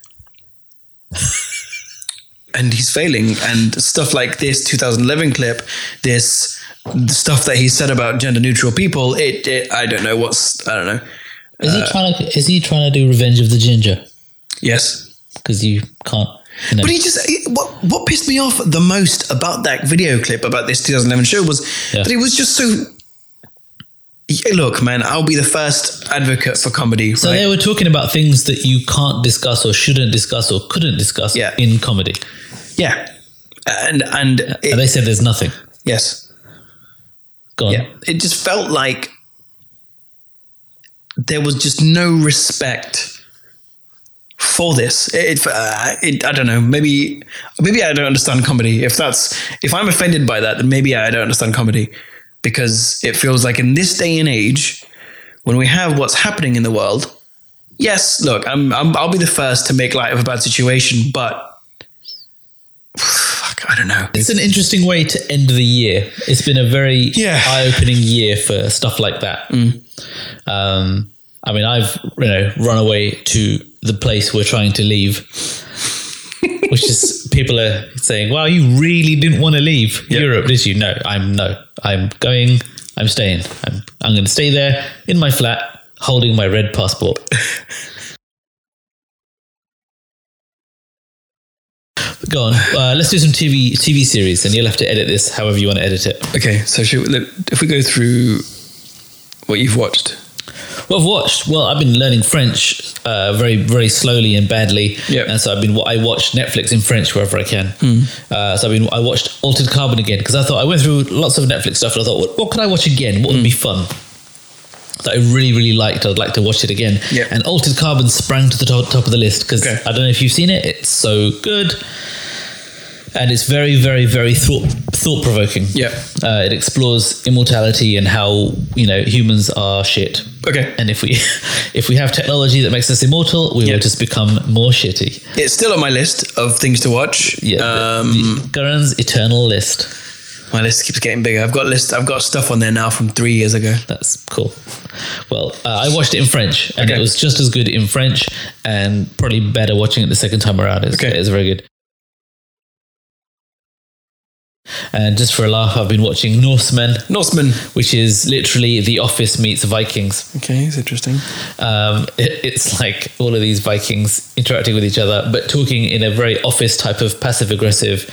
Speaker 1: and he's failing. And stuff like this 2011 clip, this the stuff that he said about gender neutral people, it, it I don't know what's, I don't know.
Speaker 2: Is
Speaker 1: Uh,
Speaker 2: he trying to is he trying to do Revenge of the Ginger?
Speaker 1: Yes.
Speaker 2: Because you can't. You know.
Speaker 1: But he just he- what what pissed me off the most about that video clip about this 2011 show was
Speaker 2: Yeah.
Speaker 1: that it was just so. Yeah, look, man, I'll be the first advocate for comedy.
Speaker 2: so
Speaker 1: right?
Speaker 2: they were talking about things that you can't discuss or shouldn't discuss or couldn't discuss
Speaker 1: Yeah.
Speaker 2: in comedy,
Speaker 1: yeah, and and
Speaker 2: and
Speaker 1: it,
Speaker 2: they said there's nothing.
Speaker 1: yes,
Speaker 2: Go on.
Speaker 1: Yeah. It just felt like there was just no respect for this. It, it, uh, it, I don't know. Maybe, maybe I don't understand comedy. If that's, if I'm offended by that, then maybe I don't understand comedy because it feels like in this day and age, when we have what's happening in the world, yes, look, I'm, I'm I'll be the first to make light of a bad situation, but fuck, I don't know.
Speaker 2: It's an interesting way to end the year. It's been a very
Speaker 1: Yeah.
Speaker 2: eye-opening year for stuff like that. Um, I mean, I've you know run away to the place we're trying to leave, which is people are saying, "Wow, you really didn't want to leave Europe, did you?" No, I'm no, I'm going. I'm staying. I'm I'm going to stay there in my flat, holding my red passport. Go on. Uh, let's do some TV TV series, and you'll have to edit this however you want to edit it.
Speaker 1: Okay, so should we, look, if we go through what you've watched,
Speaker 2: Well, I've watched. Well, I've been learning French uh, very, very slowly and badly,
Speaker 1: Yep.
Speaker 2: and so I've been. I watch Netflix in French wherever I can.
Speaker 1: Hmm.
Speaker 2: Uh, so I've been. I watched Altered Carbon again because I thought I went through lots of Netflix stuff, and I thought, what, what could I watch again? What would be
Speaker 1: Hmm.
Speaker 2: fun? That I really, really liked. I'd like to watch it again.
Speaker 1: Yep.
Speaker 2: And Altered Carbon sprang to the top, top of the list because
Speaker 1: Okay.
Speaker 2: I don't know if you've seen it. It's so good. And it's very, very, very thought thought provoking.
Speaker 1: Yep.
Speaker 2: Uh, it explores immortality and how you know humans are shit.
Speaker 1: Okay.
Speaker 2: And if we if we have technology that makes us immortal, we will just become more shitty.
Speaker 1: it's still on my list of things to watch.
Speaker 2: Yeah.
Speaker 1: Um,
Speaker 2: the, the Gurren's eternal list.
Speaker 1: my list keeps getting bigger. I've got list. I've got stuff on there now from three years ago.
Speaker 2: That's cool. Well, uh, I watched it in French, and
Speaker 1: Okay.
Speaker 2: it was just as good in French, and probably better watching it the second time around. It's,
Speaker 1: Okay.
Speaker 2: it's very good. And just for a laugh, I've been watching Norsemen,
Speaker 1: Norseman.
Speaker 2: which is literally The Office meets Vikings.
Speaker 1: Okay, it's interesting.
Speaker 2: um, it, it's like all of these Vikings interacting with each other, but talking in a very office type of passive aggressive,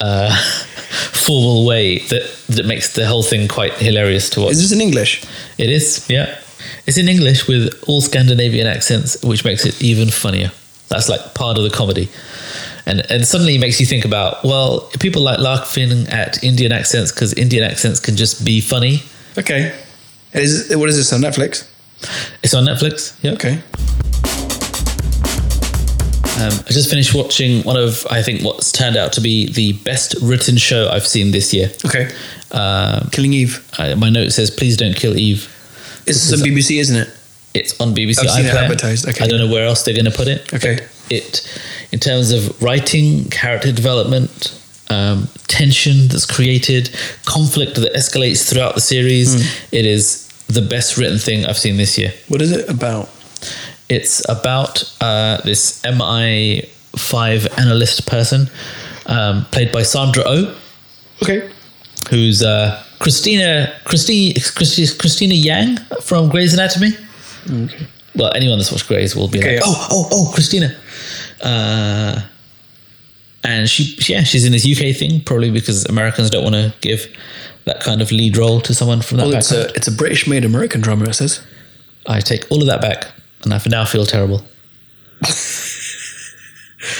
Speaker 2: uh, formal way that that makes the whole thing quite hilarious to watch.
Speaker 1: Is this in English?
Speaker 2: it is, yeah. It's in English with all Scandinavian accents, which makes it even funnier. That's like part of the comedy. And, and suddenly it makes you think about well people like laughing at Indian accents because Indian accents can just be funny.
Speaker 1: Okay. Is what is this on Netflix?
Speaker 2: It's on Netflix. Yeah.
Speaker 1: Okay.
Speaker 2: Um, I just finished watching one of, I think, what's turned out to be the best written show I've seen this year.
Speaker 1: Okay.
Speaker 2: Uh,
Speaker 1: Killing Eve.
Speaker 2: I, my note says, "Please don't kill Eve."
Speaker 1: It's on BBC, isn't it?
Speaker 2: It's on BBC.
Speaker 1: I've seen it
Speaker 2: iPlayer.
Speaker 1: advertised, okay.
Speaker 2: I don't know where else they're going to put it.
Speaker 1: Okay.
Speaker 2: but It, in terms of writing, character development, um, tension that's created, conflict that escalates throughout the series,
Speaker 1: Hmm.
Speaker 2: it is the best written thing I've seen this year.
Speaker 1: What is it about?
Speaker 2: It's about uh, this MI5 analyst person, um, played by Sandra Oh,
Speaker 1: Okay.
Speaker 2: who's uh, Christina, Christi, Christi, Christina Yang from Grey's Anatomy. Well, anyone that's watched Grey's will be
Speaker 1: Okay,
Speaker 2: like,
Speaker 1: yeah.
Speaker 2: oh, oh, oh, Christina. Uh, and she, yeah, she's in this UK thing, probably because Americans don't want to give that kind of lead role to someone from that
Speaker 1: Well, it's
Speaker 2: background.
Speaker 1: a it's a British made American drama. It says.
Speaker 2: I take all of that back, and I for now feel terrible.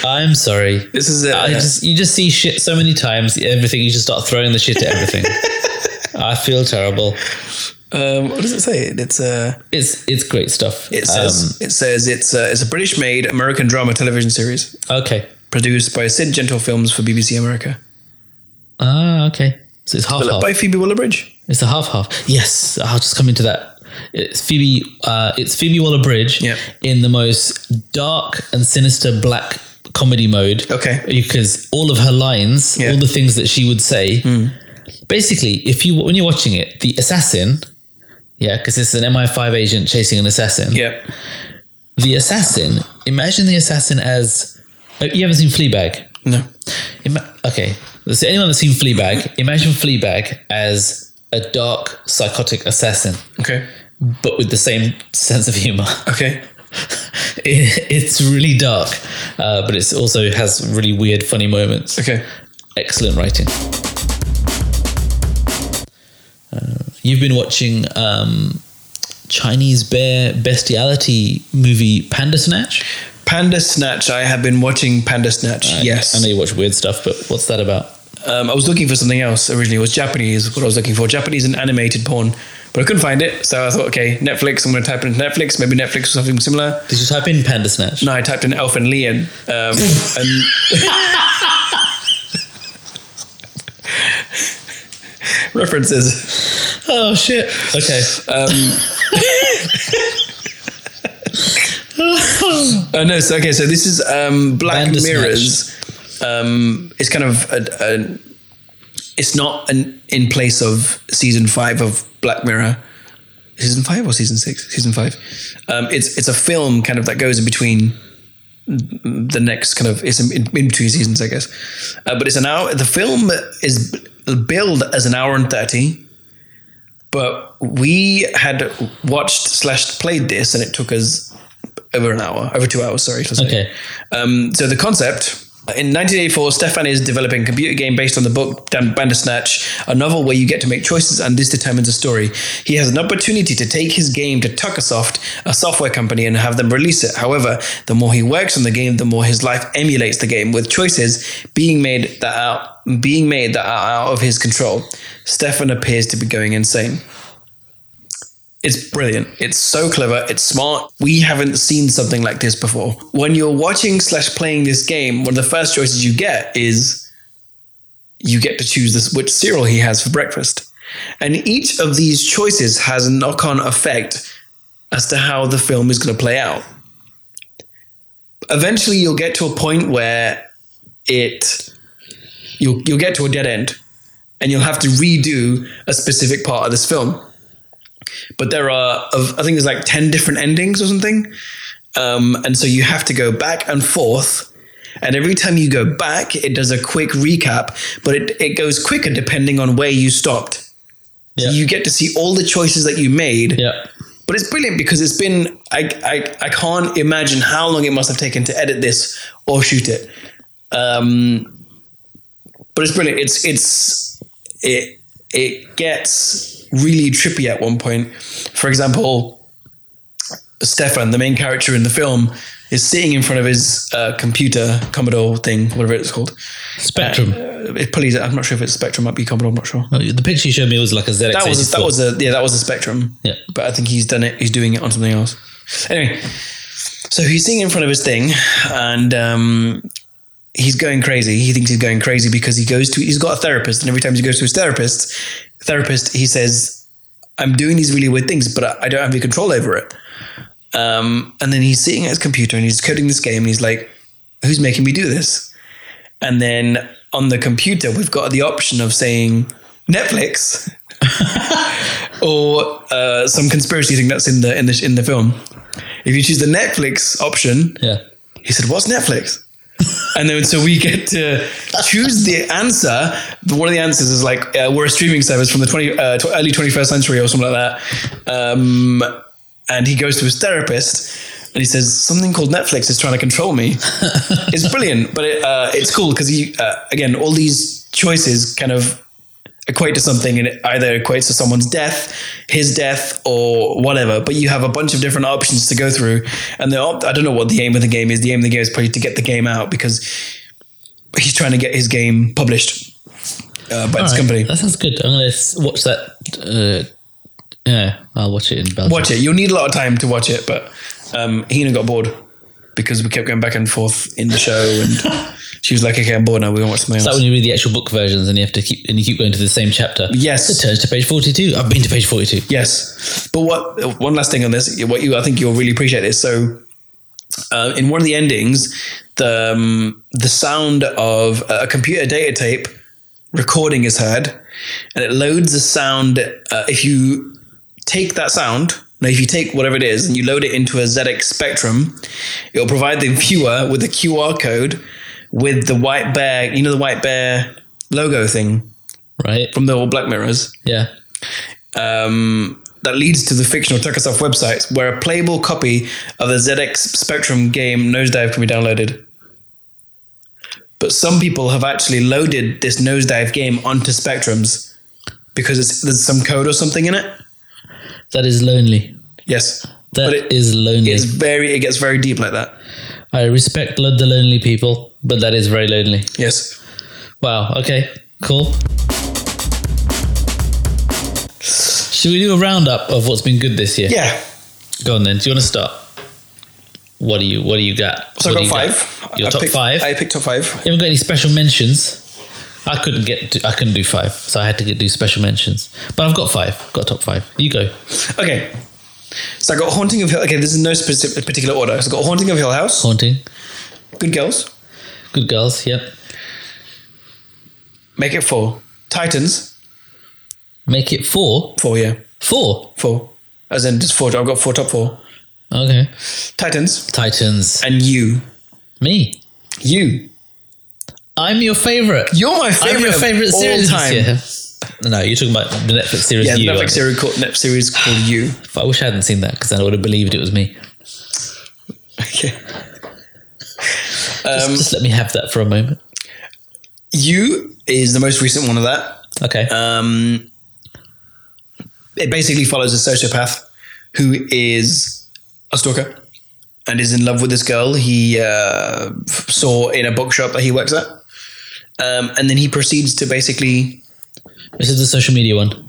Speaker 2: I'm sorry.
Speaker 1: This is uh, it.
Speaker 2: I just you just see shit so many times. Everything you just start throwing the shit at everything. I feel terrible.
Speaker 1: um, what does it say? It's a. um,
Speaker 2: It's it's great stuff.
Speaker 1: It says it says it's a, it's a British made American drama television series
Speaker 2: Um, okay.
Speaker 1: produced by Sid Gentle Films for BBC America.
Speaker 2: Ah, okay. So it's half half.
Speaker 1: By Phoebe Waller-Bridge.
Speaker 2: It's a half half. Yes, I'll just come into that. It's Phoebe. Uh, it's Phoebe Waller Bridge
Speaker 1: Yeah.
Speaker 2: in the most dark and sinister black comedy mode.
Speaker 1: Okay.
Speaker 2: because all of her lines,
Speaker 1: Yeah. Hmm.
Speaker 2: all the things that she would say, basically, if you when you're watching it, the assassin, yeah, because it's an MI5 agent chasing an assassin.
Speaker 1: Yeah.
Speaker 2: the assassin. Imagine the assassin as oh, you haven't seen Fleabag.
Speaker 1: No.
Speaker 2: Ima- okay, so anyone that's seen Fleabag, imagine Fleabag as a dark, psychotic assassin,
Speaker 1: Okay.
Speaker 2: but with the same sense of humor.
Speaker 1: Okay.
Speaker 2: It, it's really dark, uh, but it also has really weird, funny moments.
Speaker 1: Okay.
Speaker 2: Excellent writing. Uh, you've been watching um, Chinese bear bestiality movie Panda Snatch.
Speaker 1: Panda Snatch. I have been watching Panda Snatch. yes.
Speaker 2: I know you watch weird stuff, but what's that about?
Speaker 1: um, I was looking for something else originally. It was Japanese, what I was looking for. Japanese and animated porn. But I couldn't find it. So I thought, okay, Netflix, I'm going to type into Netflix. Maybe Netflix or something similar.
Speaker 2: Did you type in Panda Snatch?
Speaker 1: No, I typed in Elf and Leon. Um, and references. Um,
Speaker 2: Oh shit. Okay.
Speaker 1: Oh, no. So, okay, so this is um, Black
Speaker 2: Bandersnatch.
Speaker 1: Mirrors. Um, it's kind of a, a, it's not an in place of season five of Black Mirror. Season five or season six? Season five. Um, it's it's a film kind of that goes in between the next kind of it's in, in between seasons, I guess. Uh, but it's an hour. The film is b- billed as an hour and thirty, but we had watched slash played this, and it took us over an hour, over two hours. Sorry. let's say.
Speaker 2: Okay.
Speaker 1: Um, so the concept In 1984, Stefan is developing a computer game based on the book Dan Bandersnatch, a novel where you get to make choices and this determines a story. He has an opportunity to take his game to Tuckersoft, a software company, and have them release it. However, the more he works on the game, the more his life emulates the game, with choices being made that are being made that are out of his control. Stefan appears to be going insane. It's brilliant. It's so clever. It's smart. We haven't seen something like this before. When you're watching slash playing this game, one of the first choices you get is you get to choose this which cereal he has for breakfast. And each of these choices has a knock-on effect as to how the film is going to play out. Eventually you'll get to a point where it you'll you'll get to a dead end and you'll have to redo a specific part of this film but there are of- i think there's like 10 different endings or something um, and so you have to go back and forth and every time you go back it does a quick recap but it, it goes quicker depending on where you stopped
Speaker 2: Yeah.
Speaker 1: you get to see all the choices that you made
Speaker 2: yeah.
Speaker 1: but it's brilliant because it's been I, I I can't imagine how long it must have taken to edit this or shoot it. Um, but it's brilliant. It's it's it it gets really trippy at one point. For example, Stefan, the main character in the film, is sitting in front of his uh, computer Commodore thing, whatever it's called.
Speaker 2: Spectrum.
Speaker 1: Uh, it, please, I'm not sure if it's Spectrum, might be Commodore. I'm not sure.
Speaker 2: Oh, the picture you showed me was like a ZX84.
Speaker 1: That was a, that was a yeah that was a Spectrum
Speaker 2: yeah.
Speaker 1: but I think he's done it. He's doing it on something else. Anyway, so he's sitting in front of his thing, and um, he's going crazy. He thinks he's going crazy because he goes to. He's got a therapist, and every time he goes to his therapist, therapist, he says, "I'm doing these really weird things, but I, I don't have any control over it." Um, and then he's sitting at his computer and he's coding this game, and he's like, "Who's making me do this?" And then on the computer, we've got the option of saying Netflix or uh, some conspiracy thing that's in the in the in the film. If you choose the Netflix option,
Speaker 2: Yeah.
Speaker 1: he said, "What's Netflix?" and then so we get to choose the answer. But One of the answers is like uh, we're a streaming service from the 20, uh, tw- early twenty first century or something like that. Um, and he goes to his therapist and he says something called Netflix is trying to control me. it's brilliant, but it, uh, it's cool because he uh, again all these choices kind of equate to something and it either equates to someone's death his death or whatever but you have a bunch of different options to go through and the op- i don't know what the aim of the game is the aim of the game is probably to get the game out because he's trying to get his game published uh, by this
Speaker 2: All right,
Speaker 1: company
Speaker 2: That sounds good. I'm gonna s- watch that. Uh, yeah, I'll watch it in Belgium.
Speaker 1: watch it you'll need a lot of time to watch it but um, hina got bored because we kept going back and forth in the show and she was like okay i'm bored now we're going to watch something
Speaker 2: It's like
Speaker 1: else
Speaker 2: when you read the actual book versions and you have to keep and you keep going to the same chapter.
Speaker 1: Yes.
Speaker 2: It turns to page forty-two. I've been to page forty-two.
Speaker 1: Yes, but what? One last thing on this. What you? I think you'll really appreciate this. So, uh, in one of the endings, the um, the sound of a computer data tape recording is heard, and it loads the sound. Uh, if you take that sound, now if you take whatever it is and you load it into a ZX Spectrum, it'll provide the viewer with a QR code with the white bear. You know the white bear logo thing
Speaker 2: Right?
Speaker 1: from the old Black Mirrors
Speaker 2: Yeah.
Speaker 1: um, that leads to the fictional Tuckersoft website, where a playable copy of the ZX Spectrum game Nosedive can be downloaded. But some people have actually loaded this Nosedive game onto Spectrums because it's, there's some code or something in it.
Speaker 2: That is lonely.
Speaker 1: Yes,
Speaker 2: That
Speaker 1: But
Speaker 2: is
Speaker 1: it-
Speaker 2: lonely.
Speaker 1: it's very it gets very deep like that.
Speaker 2: I respect lo- the lonely people, but that is very lonely.
Speaker 1: Yes.
Speaker 2: Wow. Okay. Cool. Should we do a roundup of what's been good this year?
Speaker 1: Yeah.
Speaker 2: Go on then. Do you want to start? What do you What do you got?
Speaker 1: So I
Speaker 2: What do
Speaker 1: got
Speaker 2: you
Speaker 1: five.
Speaker 2: Your
Speaker 1: I
Speaker 2: top
Speaker 1: picked,
Speaker 2: five.
Speaker 1: I picked top five.
Speaker 2: You haven't got any special mentions. I couldn't get. To, I couldn't do five, so I had to get, do special mentions. But I've got five. Got top five. You go.
Speaker 1: Okay. So I got Haunting of Hill. Okay, this is no specific particular order. So I got Haunting of Hill House.
Speaker 2: Haunting.
Speaker 1: Good Girls.
Speaker 2: Good girls. Yep.
Speaker 1: Make it four. Titans.
Speaker 2: Make it four.
Speaker 1: Four. Yeah.
Speaker 2: Four.
Speaker 1: Four. As in just four. I've got four top four.
Speaker 2: Okay.
Speaker 1: Titans.
Speaker 2: Titans.
Speaker 1: And you.
Speaker 2: Me.
Speaker 1: You.
Speaker 2: I'm your favorite.
Speaker 1: You're my favorite.
Speaker 2: I'm your
Speaker 1: of
Speaker 2: favorite
Speaker 1: all
Speaker 2: series
Speaker 1: time.
Speaker 2: this year. No, you're talking about the Netflix series.
Speaker 1: Yeah, the
Speaker 2: you, aren't you?
Speaker 1: Netflix series called, Netflix series called You.
Speaker 2: I wish I hadn't seen that because I would have believed it was me.
Speaker 1: Okay.
Speaker 2: Just, just let me have that for a moment.
Speaker 1: You is the most recent one of that.
Speaker 2: Okay.
Speaker 1: Um, it basically follows a sociopath who is a stalker and is in love with this girl he uh, f- saw in a bookshop that he works at. Um, and then he proceeds to basically,
Speaker 2: this is the social media one. Uh,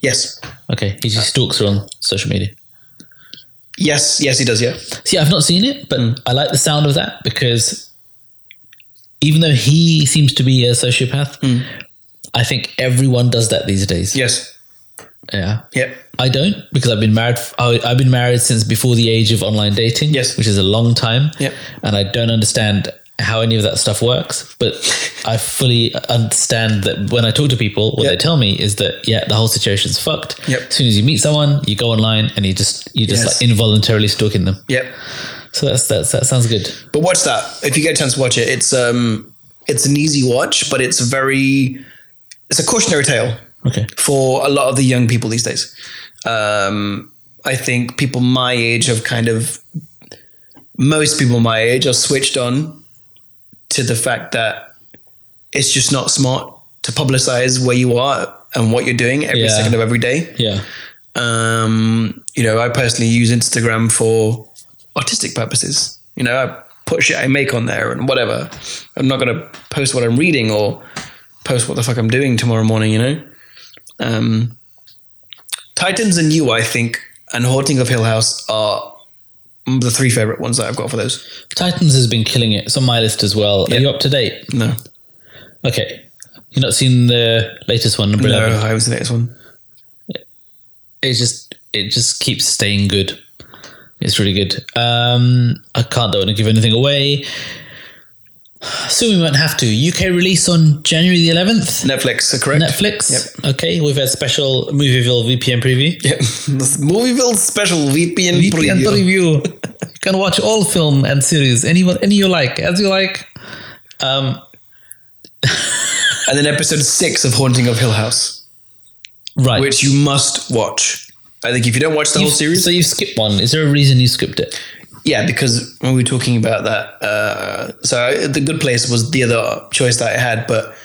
Speaker 1: yes,
Speaker 2: Okay. He just stalks her on social media.
Speaker 1: yes, yes, he does, yeah.
Speaker 2: See, I've not seen it, but I like the sound of that because even though he seems to be a sociopath, I think everyone does that these days.
Speaker 1: Yes,
Speaker 2: Yeah.
Speaker 1: yep,
Speaker 2: I don't because I've been married. f- I, have been married since before the age of online dating.
Speaker 1: Yes.
Speaker 2: which is a long time.
Speaker 1: Yep.
Speaker 2: and I don't understand how any of that stuff works. But I fully understand that when I talk to people, what
Speaker 1: Yep.
Speaker 2: they tell me is that yeah, the whole situation's fucked.
Speaker 1: Yep.
Speaker 2: As soon as you meet someone, you go online and you just you just
Speaker 1: Yes.
Speaker 2: like involuntarily stalking them.
Speaker 1: yep.
Speaker 2: So that's that's that sounds good.
Speaker 1: But watch that if you get a chance to watch it. It's um, it's an easy watch, but it's very, it's a cautionary tale.
Speaker 2: Okay.
Speaker 1: for a lot of the young people these days. Um, I think people my age have kind of, most people my age are switched on to the fact that it's just not smart to publicize where you are and what you're doing every
Speaker 2: Yeah.
Speaker 1: second of every day.
Speaker 2: Yeah.
Speaker 1: Um, you know, I personally use Instagram for artistic purposes. You know, I put shit I make on there and whatever. I'm not going to post what I'm reading or post what the fuck I'm doing tomorrow morning, you know? Um, Titans and You, I think, and Haunting of Hill House are the three favorite ones that I've got for those.
Speaker 2: Titans has been killing it. It's on my list as well. Are you up to date?
Speaker 1: No.
Speaker 2: Okay. You've not seen the latest one, number
Speaker 1: No,
Speaker 2: 11.
Speaker 1: I haven't seen the next one.
Speaker 2: It just it just keeps staying good. It's really good. Um, I can't don't want to give anything away. Soon we won't have to. UK release on January the 11th.
Speaker 1: Netflix, correct?
Speaker 2: Netflix. Okay, we've had special Movieville VPN preview.
Speaker 1: Yep. Movieville special VPN,
Speaker 2: VPN
Speaker 1: preview.
Speaker 2: preview. you can watch all film and series, anyone, any you like, as you like. Um,
Speaker 1: And then episode six of Haunting of Hill House.
Speaker 2: right.
Speaker 1: which you must watch. I think if you don't watch the whole
Speaker 2: You've-
Speaker 1: series,
Speaker 2: So you've skipped one. Is there a reason you skipped it?
Speaker 1: yeah, because when we were talking about that, uh, so the Good Place was the other choice that I had, but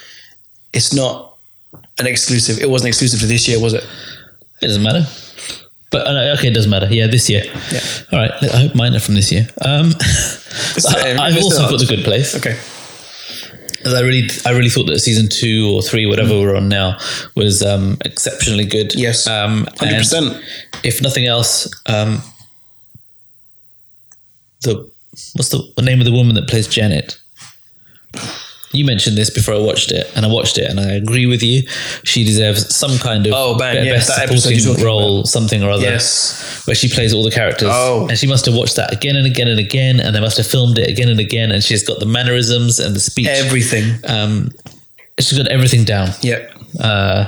Speaker 1: it's not an exclusive. It wasn't exclusive to this year, was it?
Speaker 2: It doesn't matter. But uh, no, okay, it doesn't matter. Yeah, this year.
Speaker 1: Yeah.
Speaker 2: All right. I hope mine are from this year. Um, I,
Speaker 1: uh,
Speaker 2: I've
Speaker 1: it's
Speaker 2: also
Speaker 1: not.
Speaker 2: put the good place.
Speaker 1: Okay.
Speaker 2: 'Cause I really, I really thought that season two or three, whatever we're on now, was um, exceptionally good.
Speaker 1: Mm. Yes.
Speaker 2: Um, and
Speaker 1: 100%.
Speaker 2: If nothing else, um, the what's the, the name of the woman that plays Janet? You mentioned this before I watched it, and I watched it, and I agree with you. She deserves some kind of
Speaker 1: Oh, bang, yeah,
Speaker 2: best
Speaker 1: that episode you're
Speaker 2: supporting
Speaker 1: talking
Speaker 2: role, something or other
Speaker 1: Yes.
Speaker 2: where she plays all the characters.
Speaker 1: Oh.
Speaker 2: And she must have watched that again and again and again, and they must have filmed it again and again. And she's got the mannerisms and the speech.
Speaker 1: Everything.
Speaker 2: um, she's got everything down.
Speaker 1: yeah.
Speaker 2: Uh,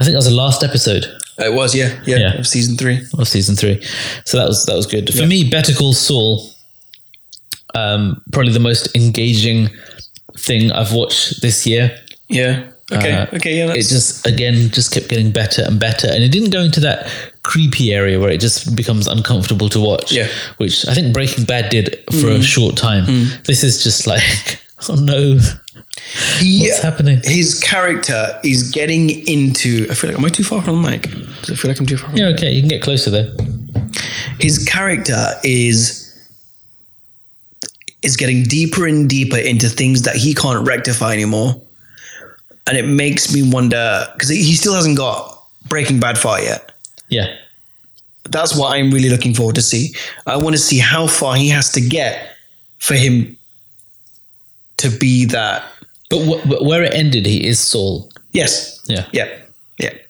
Speaker 2: I think that was the last episode
Speaker 1: It was, yeah, yeah,
Speaker 2: Yeah.
Speaker 1: of season three.
Speaker 2: of season three, so that was that was good for me. Better Call Saul, um, probably the most engaging thing I've watched this year.
Speaker 1: Yeah. Okay.
Speaker 2: Uh,
Speaker 1: okay. Yeah.
Speaker 2: It
Speaker 1: That's,
Speaker 2: just again just kept getting better and better, and it didn't go into that creepy area where it just becomes uncomfortable to watch.
Speaker 1: Yeah. Mm.
Speaker 2: which I think Breaking Bad did for a short time. This is just like, oh no,
Speaker 1: he,
Speaker 2: what's happening?
Speaker 1: his character is getting into. I feel like am I too far from the mic? Does it feel like I'm too far? From
Speaker 2: Yeah, okay, you can get closer though.
Speaker 1: his character is is getting deeper and deeper into things that he can't rectify anymore and it makes me wonder because he he still hasn't got breaking bad far yet
Speaker 2: Yeah,
Speaker 1: that's what i'm really looking forward to see i want to see how far he has to get for him to be that
Speaker 2: but, wh- but where it ended, he is Saul.
Speaker 1: yes
Speaker 2: Yeah.
Speaker 1: yep yep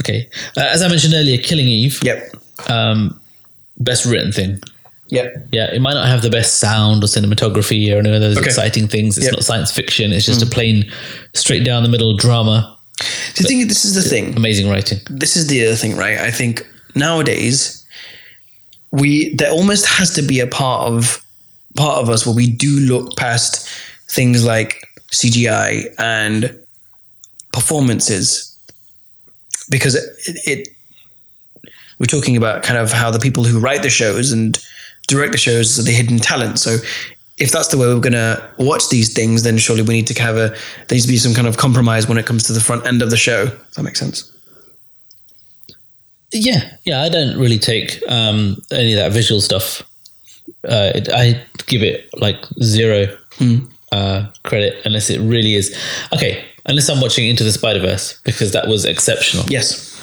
Speaker 2: Okay, uh, as I mentioned earlier, Killing Eve,
Speaker 1: yep
Speaker 2: um, best written thing.
Speaker 1: yep
Speaker 2: Yeah, it might not have the best sound or cinematography or any of those
Speaker 1: Okay. Mm.
Speaker 2: exciting things. It's
Speaker 1: Yep.
Speaker 2: not science fiction. It's just a plain, straight down the middle drama.
Speaker 1: the thing this is the thing
Speaker 2: Amazing writing.
Speaker 1: this is the other thing, right? I think nowadays we there almost has to be a part of part of us where we do look past things like CGI and performances because it, it we're talking about kind of how the people who write the shows and direct the shows are the hidden talent. So if that's the way we're going to watch these things, then surely we need to have a there needs to be some kind of compromise when it comes to the front end of the show. Does that make sense?
Speaker 2: Yeah, yeah. I don't really take um, any of that visual stuff. Uh, it, I give it like zero uh, credit unless it really is okay. Unless I'm watching Into the Spider Verse because that was exceptional,
Speaker 1: Yes.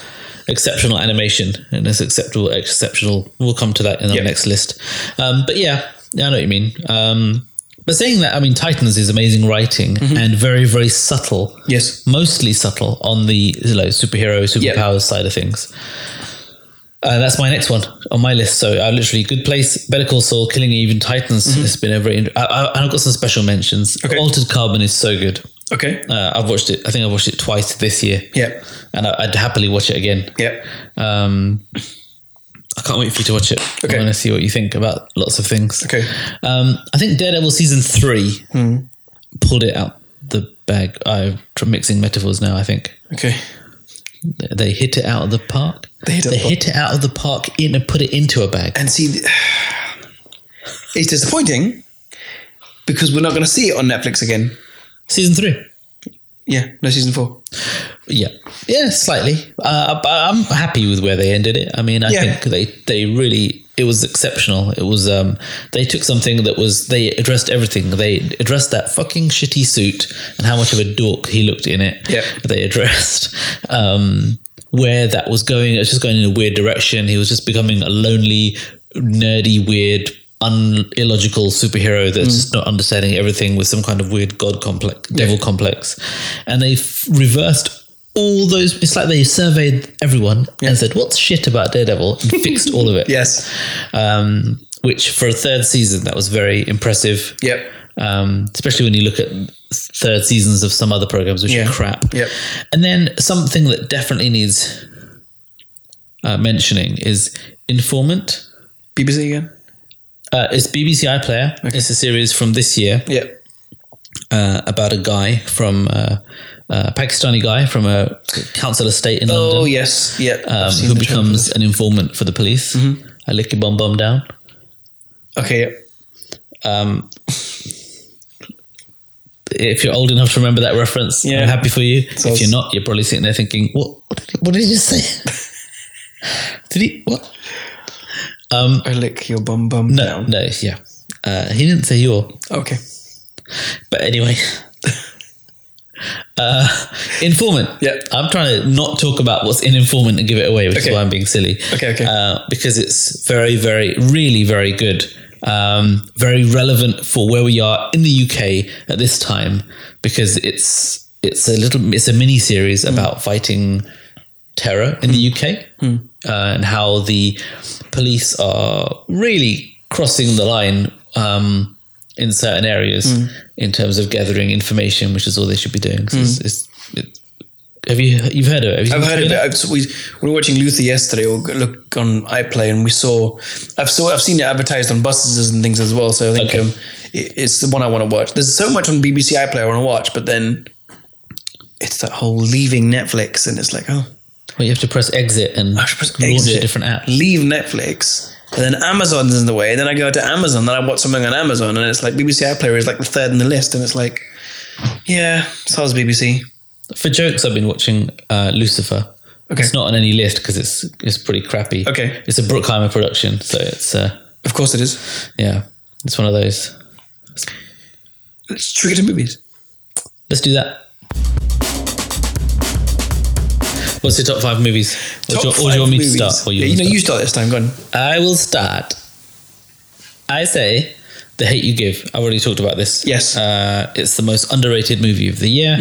Speaker 2: exceptional animation, and it's acceptable, exceptional. We'll come to that in our
Speaker 1: Yeah.
Speaker 2: next list. Um, but yeah, I know what you mean. Um, but saying that, I mean Titans is amazing writing and very, very subtle
Speaker 1: Yes.
Speaker 2: mostly subtle on the you know, superhero superpowers side of things. Uh, that's my next one on my list. So uh, literally, good place, Better Call Saul, Killing Eve, and Titans has been a very. I, I, I've got some special mentions. Altered Carbon is so good.
Speaker 1: Okay.
Speaker 2: Uh, I've watched it. I think I watched it twice this year.
Speaker 1: Yeah.
Speaker 2: and I, I'd happily watch it again.
Speaker 1: Yeah.
Speaker 2: Um, I can't wait for you to watch it.
Speaker 1: Okay.
Speaker 2: I want to see what you think about lots of things.
Speaker 1: Okay. Hmm.
Speaker 2: Um, I think Daredevil season three pulled it out the bag. I'm tr- mixing metaphors now. I think
Speaker 1: Okay.
Speaker 2: they hit it out of the park. They
Speaker 1: hit it out of the
Speaker 2: it out of the park in and put it into a bag.
Speaker 1: And see, th- it's disappointing because we're not going to see it on Netflix again.
Speaker 2: Season three.
Speaker 1: Yeah. No season four.
Speaker 2: Yeah, yeah, slightly. Uh, but I'm happy with where they ended it. I mean, I
Speaker 1: Yeah.
Speaker 2: think they they really it was exceptional. It was um they took something that was they addressed everything. They addressed that fucking shitty suit and how much of a dork he looked in it.
Speaker 1: Yeah.
Speaker 2: they addressed um where that was going. It was just going in a weird direction. He was just becoming a lonely, nerdy, weird. Un- illogical superhero that's just not understanding everything with some kind of weird god complex, devil complex, and they f- reversed all those it's like they surveyed everyone and said what's shit about daredevil and fixed all of it
Speaker 1: Yes.
Speaker 2: um, which for a third season that was very impressive
Speaker 1: Yep.
Speaker 2: um, especially when you look at third seasons of some other programs which
Speaker 1: Yeah.
Speaker 2: are crap
Speaker 1: Yep.
Speaker 2: and then something that definitely needs uh, mentioning is informant
Speaker 1: BBC again.
Speaker 2: uh, it's bbc iplayer it's a series from this year
Speaker 1: Yep.
Speaker 2: uh, about a guy from uh, a pakistani guy from a council estate in london
Speaker 1: Oh yes. Yep.
Speaker 2: um,
Speaker 1: I've seen
Speaker 2: who
Speaker 1: the trailer for
Speaker 2: becomes
Speaker 1: this. Mm-hmm.
Speaker 2: an informant for the police. I lick your bum bum down.
Speaker 1: okay. Yep.
Speaker 2: If you're old enough to remember that reference,
Speaker 1: Yeah.
Speaker 2: I'm happy for you.
Speaker 1: So
Speaker 2: if
Speaker 1: it's-
Speaker 2: you're not, you're probably sitting there thinking, "What? What did, what did he just say? did he what?"
Speaker 1: I lick your bum bum
Speaker 2: No,
Speaker 1: down.
Speaker 2: no, yeah. Uh, he didn't say your,
Speaker 1: Okay.
Speaker 2: but anyway. uh, informant.
Speaker 1: Yeah.
Speaker 2: I'm trying to not talk about what's in informant and give it away, which
Speaker 1: Okay.
Speaker 2: is why I'm being silly.
Speaker 1: Okay, okay.
Speaker 2: Uh, because it's very, very, really, very good. Um, very relevant for where we are in the UK at this time, because it's it's a little it's a mini series
Speaker 1: Mm.
Speaker 2: about fighting terror
Speaker 1: Hmm.
Speaker 2: in the UK uh, and how the police are really crossing the line um, in certain areas
Speaker 1: Hmm.
Speaker 2: in terms of gathering information, which is all they should be doing. So it's, it's, it, have you you've heard of it? Have you
Speaker 1: I've
Speaker 2: seen the
Speaker 1: heard of it.
Speaker 2: trailer?
Speaker 1: I've, so we, we were watching Luther yesterday. Or g- look on iPlay, and we saw. I've saw. I've seen it advertised on buses and things as well. So I think
Speaker 2: Okay.
Speaker 1: um, it, it's the one I want to watch. There's so much on BBC iPlay I want to watch, but then it's that whole leaving Netflix, and it's like, oh,
Speaker 2: Well, you have to press exit and
Speaker 1: I should press
Speaker 2: launch
Speaker 1: exit,
Speaker 2: a different app.
Speaker 1: leave Netflix, and then Amazon's in the way. And then I go to Amazon, then I watch something on Amazon, and it's like BBC iPlayer is like the third in the list, and it's like, yeah, so was BBC.
Speaker 2: For jokes, I've been watching uh, Lucifer.
Speaker 1: Okay.
Speaker 2: It's not on any list because it's it's pretty crappy.
Speaker 1: Okay.
Speaker 2: It's a Brookheimer production, so it's uh,
Speaker 1: Of course it is.
Speaker 2: yeah, it's one of those.
Speaker 1: Let's trigger to movies.
Speaker 2: Let's do that. What's your top five movies? Or do you-
Speaker 1: Top
Speaker 2: or do you want
Speaker 1: five
Speaker 2: me to
Speaker 1: movies.
Speaker 2: start? Or you
Speaker 1: yeah,
Speaker 2: want
Speaker 1: you know,
Speaker 2: to
Speaker 1: you start this time. Go on.
Speaker 2: I will start. I say The Hate You Give. I've already talked about this.
Speaker 1: Yes. Mm-hmm.
Speaker 2: Uh, it's the most underrated movie of the year.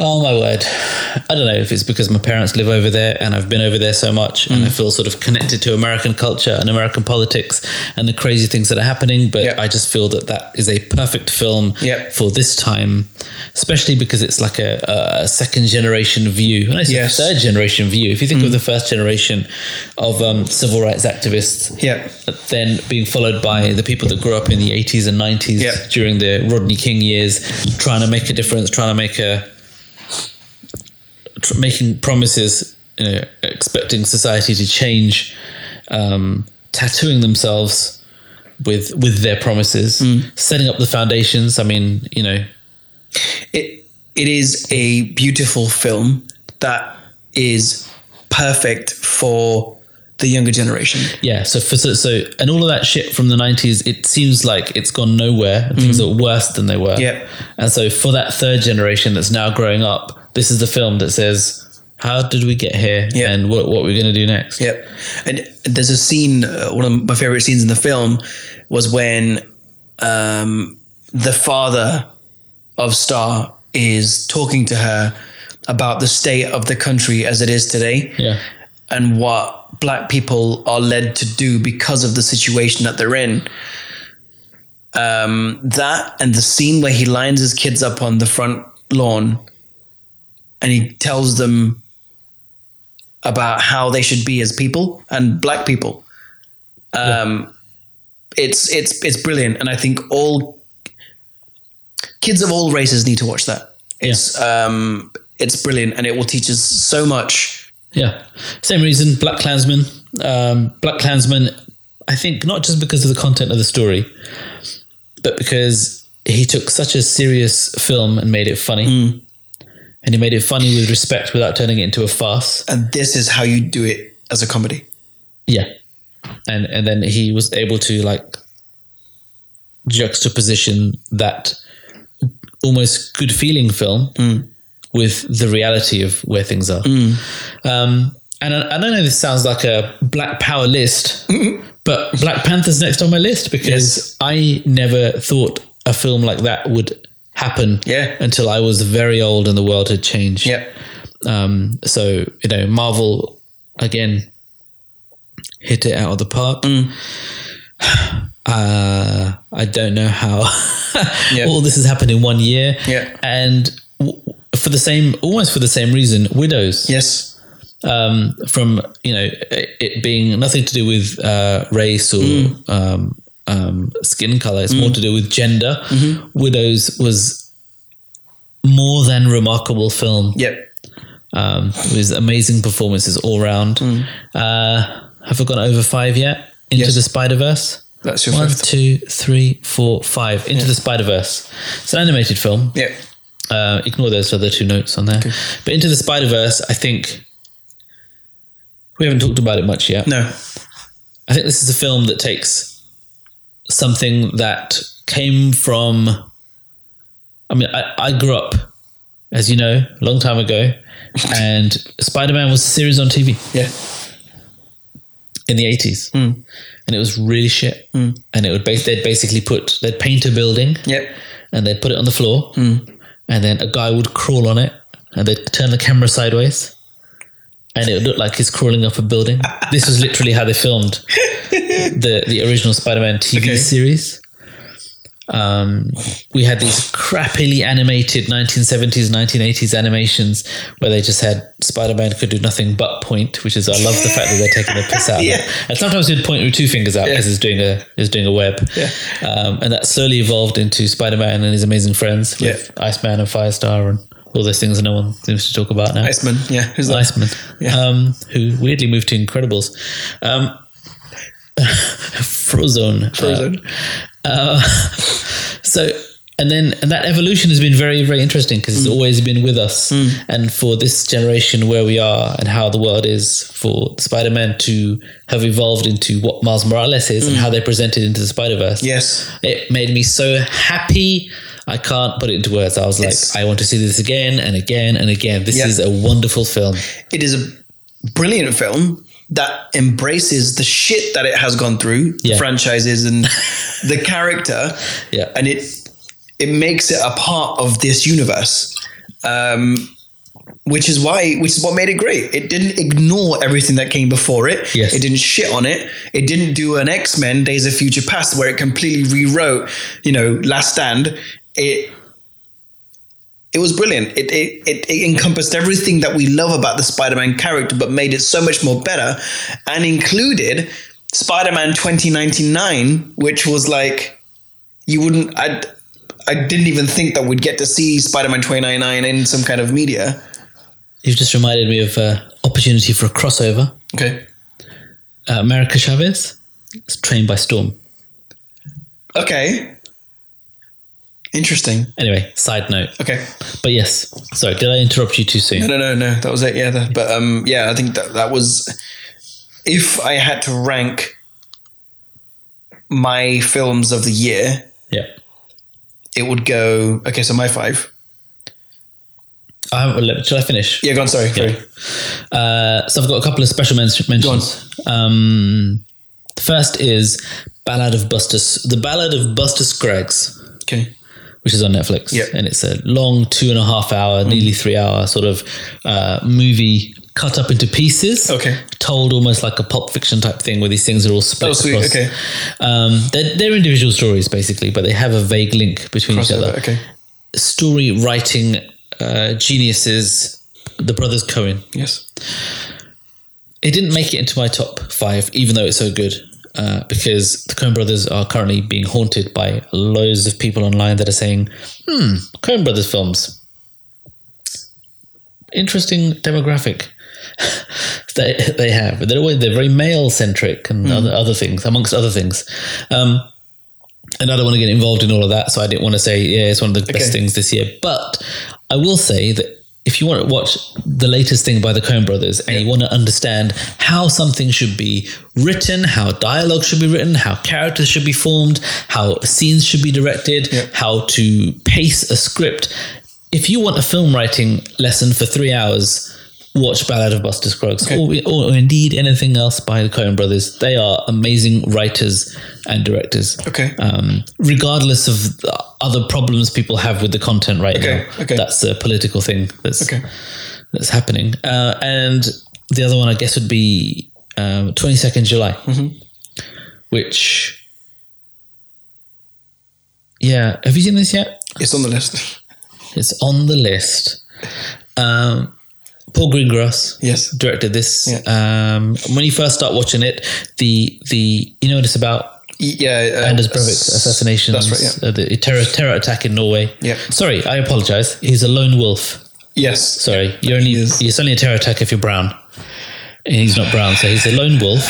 Speaker 2: Oh my word. I don't know if it's because my parents live over there and I've been over there so much and
Speaker 1: Mm.
Speaker 2: I feel sort of connected to American culture and American politics and the crazy things that are happening, but
Speaker 1: Yeah.
Speaker 2: I just feel that that is a perfect film
Speaker 1: Yeah.
Speaker 2: for this time, especially because it's like a, a second generation view. And I say
Speaker 1: Yes. Mm.
Speaker 2: third generation view. If you think of the first generation of um, civil rights activists,
Speaker 1: Yeah.
Speaker 2: then being followed by the people that grew up in the 80s and 90s
Speaker 1: Yeah.
Speaker 2: during the Rodney King years, trying to make a difference, trying to make a tr- making promises, you know, expecting society to change, um, tattooing themselves with with their promises, setting up the foundations. I mean, you know,
Speaker 1: it it is a beautiful film that is perfect for the younger generation.
Speaker 2: yeah. So for so, so and all of that shit from the nineties, it seems like it's gone nowhere. and Things
Speaker 1: Mm.
Speaker 2: are worse than they were.
Speaker 1: Yep.
Speaker 2: And so for that third generation that's now growing up, this is the film that says. How did we get here?
Speaker 1: Yeah.
Speaker 2: And what what we're going to do next?
Speaker 1: Yep. And there's a scene. Uh, one of my favorite scenes in the film was when um, the father of Star is talking to her about the state of the country as it is today.
Speaker 2: Yeah.
Speaker 1: and what black people are led to do because of the situation that they're in. Um, that and the scene where he lines his kids up on the front lawn and he tells them about how they should be as people and black people. Um, It's it's it's brilliant, and I think all kids of all races need to watch that. It's um, it's brilliant, and it will teach us so much.
Speaker 2: Yeah, same reason. Black Klansman. Um, Black Klansman. I think not just because of the content of the story, but because he took such a serious film and made it funny,
Speaker 1: Mm.
Speaker 2: and he made it funny with respect without turning it into a farce.
Speaker 1: and this is how you do it as a comedy.
Speaker 2: Yeah, and and then he was able to like juxtaposition that almost good feeling film with the reality of where things are. Um, and I, I don't know. This sounds like a Black Power list, but Black Panther's next on my list because I never thought a film like that would happen.
Speaker 1: Yeah.
Speaker 2: until I was very old and the world had changed.
Speaker 1: Yep.
Speaker 2: Um, so you know, Marvel again hit it out of the park.
Speaker 1: Mm.
Speaker 2: Uh, I don't know how
Speaker 1: Yeah.
Speaker 2: all this has happened in one year.
Speaker 1: Yeah.
Speaker 2: and w- for the same, almost for the same reason, widows
Speaker 1: Yes.
Speaker 2: um, from you know it it being nothing to do with uh, race or
Speaker 1: Mm.
Speaker 2: um, um, skin color. It's more to do with gender.
Speaker 1: Mm-hmm.
Speaker 2: Widows was more than remarkable film
Speaker 1: Yep.
Speaker 2: um, with amazing performances all round. Uh, have I gone over five yet? Into
Speaker 1: Yes.
Speaker 2: the Spider Verse.
Speaker 1: That's your
Speaker 2: One,
Speaker 1: fifth.
Speaker 2: two, three, four, five. Into the Spider Verse. It's an animated film.
Speaker 1: Yep.
Speaker 2: Uh, ignore those other two notes on there. But Into the Spider Verse, I think we haven't talked about it much yet.
Speaker 1: No.
Speaker 2: I think this is a film that takes something that came from. I mean, I, I grew up, as you know, a long time ago, and Spider Man was a series on TV
Speaker 1: Yeah.
Speaker 2: in the 80s. And it was really shit. And it would bas- they'd basically put, they'd paint a building
Speaker 1: Yep.
Speaker 2: and they'd put it on the floor,
Speaker 1: Hmm.
Speaker 2: and then a guy would crawl on it, and they'd turn the camera sideways, and it would look like he's crawling up a building. this was literally how they filmed the the original Spider-Man TV
Speaker 1: Okay.
Speaker 2: series. Um, we had these crappily animated 1970s, 1980s animations where they just had Spider-Man could do nothing but point, which is I love the fact that they're taking the piss out. of it.
Speaker 1: Yeah.
Speaker 2: And sometimes he'd point with two fingers out because he's doing a he's doing a web. Um, and that slowly evolved into Spider Man and his amazing friends with Iceman and Firestar and all those things that no one seems to talk about now.
Speaker 1: Iceman. Yeah. Who's that?
Speaker 2: Iceman, um, who weirdly moved to Incredibles. Um, Frozone. Uh,
Speaker 1: Frozen.
Speaker 2: so and then and that evolution has been very very interesting because it's always been with us and for this generation where we are and how the world is for spider-man to have evolved into what miles morales is and how they presented into the spider-verse
Speaker 1: Yes.
Speaker 2: it made me so happy i can't put it into words i was like
Speaker 1: It's-
Speaker 2: i want to see this again and again and again this
Speaker 1: Yeah.
Speaker 2: is a wonderful film
Speaker 1: It is a brilliant film that embraces the shit that it has gone through,
Speaker 2: Yeah.
Speaker 1: the franchises and the character,
Speaker 2: yeah
Speaker 1: and it it makes it a part of this universe. Um, which is why, which is what made it great. It didn't ignore everything that came before it.
Speaker 2: Yes.
Speaker 1: It didn't shit on it. It didn't do an X Men Days of Future Past where it completely rewrote, you know, Last Stand. It it was brilliant. It it, it, it encompassed everything that we love about the Spider Man character, but made it so much more better, and included Spider Man twenty ninety nine, which was like you wouldn't. I I didn't even think that we'd get to see Spider Man twenty ninety nine in some kind of media.
Speaker 2: you've just reminded me of uh, opportunity for a crossover
Speaker 1: Okay.
Speaker 2: uh, america chavez is trained by storm
Speaker 1: Okay. Interesting.
Speaker 2: Anyway, side note.
Speaker 1: Okay.
Speaker 2: But yes, sorry, did I interrupt you too soon?
Speaker 1: No, no, no, no. That was it. Yeah, the- but um, yeah, I think that that was. If I had to rank my films of the year,
Speaker 2: Yeah,
Speaker 1: it would go. Okay, so my five.
Speaker 2: I haven't. let- Shall I finish?
Speaker 1: Yeah, go on. Sorry, sorry.
Speaker 2: Uh, so I've got a couple of special mens- mentions. Um, the first is Ballad of Buster, S- the Ballad of Buster Scruggs.
Speaker 1: Okay.
Speaker 2: which is on Netflix.
Speaker 1: Yep.
Speaker 2: And it's a long two and a half hour,
Speaker 1: Mm.
Speaker 2: nearly three hour sort of uh, movie cut up into pieces.
Speaker 1: Okay.
Speaker 2: Told almost like a pop fiction type thing where these things are all split.
Speaker 1: Oh, sweet,
Speaker 2: across.
Speaker 1: okay.
Speaker 2: Um, they're, they're individual stories basically, but they have a vague link between each
Speaker 1: Crossover.
Speaker 2: other.
Speaker 1: Okay.
Speaker 2: Story writing uh, geniuses, the brothers Cohen.
Speaker 1: Yes.
Speaker 2: It didn't make it into my top five, even though it's so good. Uh, because the Coen brothers are currently being haunted by loads of people online that are saying, hmm, Coen brothers films. Interesting demographic they, they have. They're, always, they're very male centric and other, other things, amongst other things. Um, and I don't want to get involved in all of that, so I didn't want to say, yeah, it's one of the best things this year. But I will say that if you want to watch the latest thing by the Coen brothers and you want to understand how something should be written, how dialogue should be written, how characters should be formed, how scenes should be directed, how to pace a script, if you want a film writing lesson for three hours, watch Ballad of Buster Scruggs or, or indeed anything else by the Coen brothers. They are amazing writers and directors
Speaker 1: Okay.
Speaker 2: um, regardless of the other problems people have with the content right
Speaker 1: Okay,
Speaker 2: now.
Speaker 1: okay.
Speaker 2: That's a political thing that's
Speaker 1: Okay.
Speaker 2: that's happening. Uh, and the other one, I guess, would be um, 22nd July,
Speaker 1: Mm-hmm.
Speaker 2: which, yeah, have you seen this yet?
Speaker 1: It's on the list.
Speaker 2: It's on the list. Um, Paul Greengrass
Speaker 1: Yes.
Speaker 2: directed this.
Speaker 1: Yeah.
Speaker 2: Um, when you first start watching it, the the you know what it's about
Speaker 1: Yeah. Uh,
Speaker 2: Anders Breivik assassination.
Speaker 1: That's right.
Speaker 2: uh, the terror terror attack in Norway.
Speaker 1: Yeah.
Speaker 2: Sorry, I apologize. He's a lone wolf.
Speaker 1: Yeah. Yes.
Speaker 2: Sorry, you're only
Speaker 1: is.
Speaker 2: it's only a terror attack if you're brown. And He's not brown, so he's a lone wolf.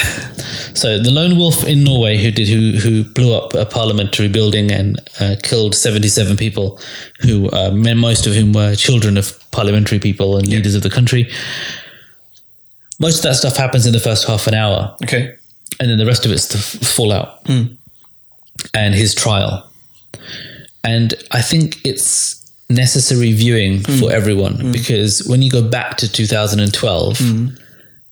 Speaker 2: So the lone wolf in Norway who did who who blew up a parliamentary building and uh, killed seventy seven people, who uh, men- most of whom were children of parliamentary people and leaders of the country. Most of that stuff happens in the first half an hour
Speaker 1: Okay.
Speaker 2: and then the rest of it's the f- fallout and his trial. And I think it's necessary viewing for everyone because when you go back to 2012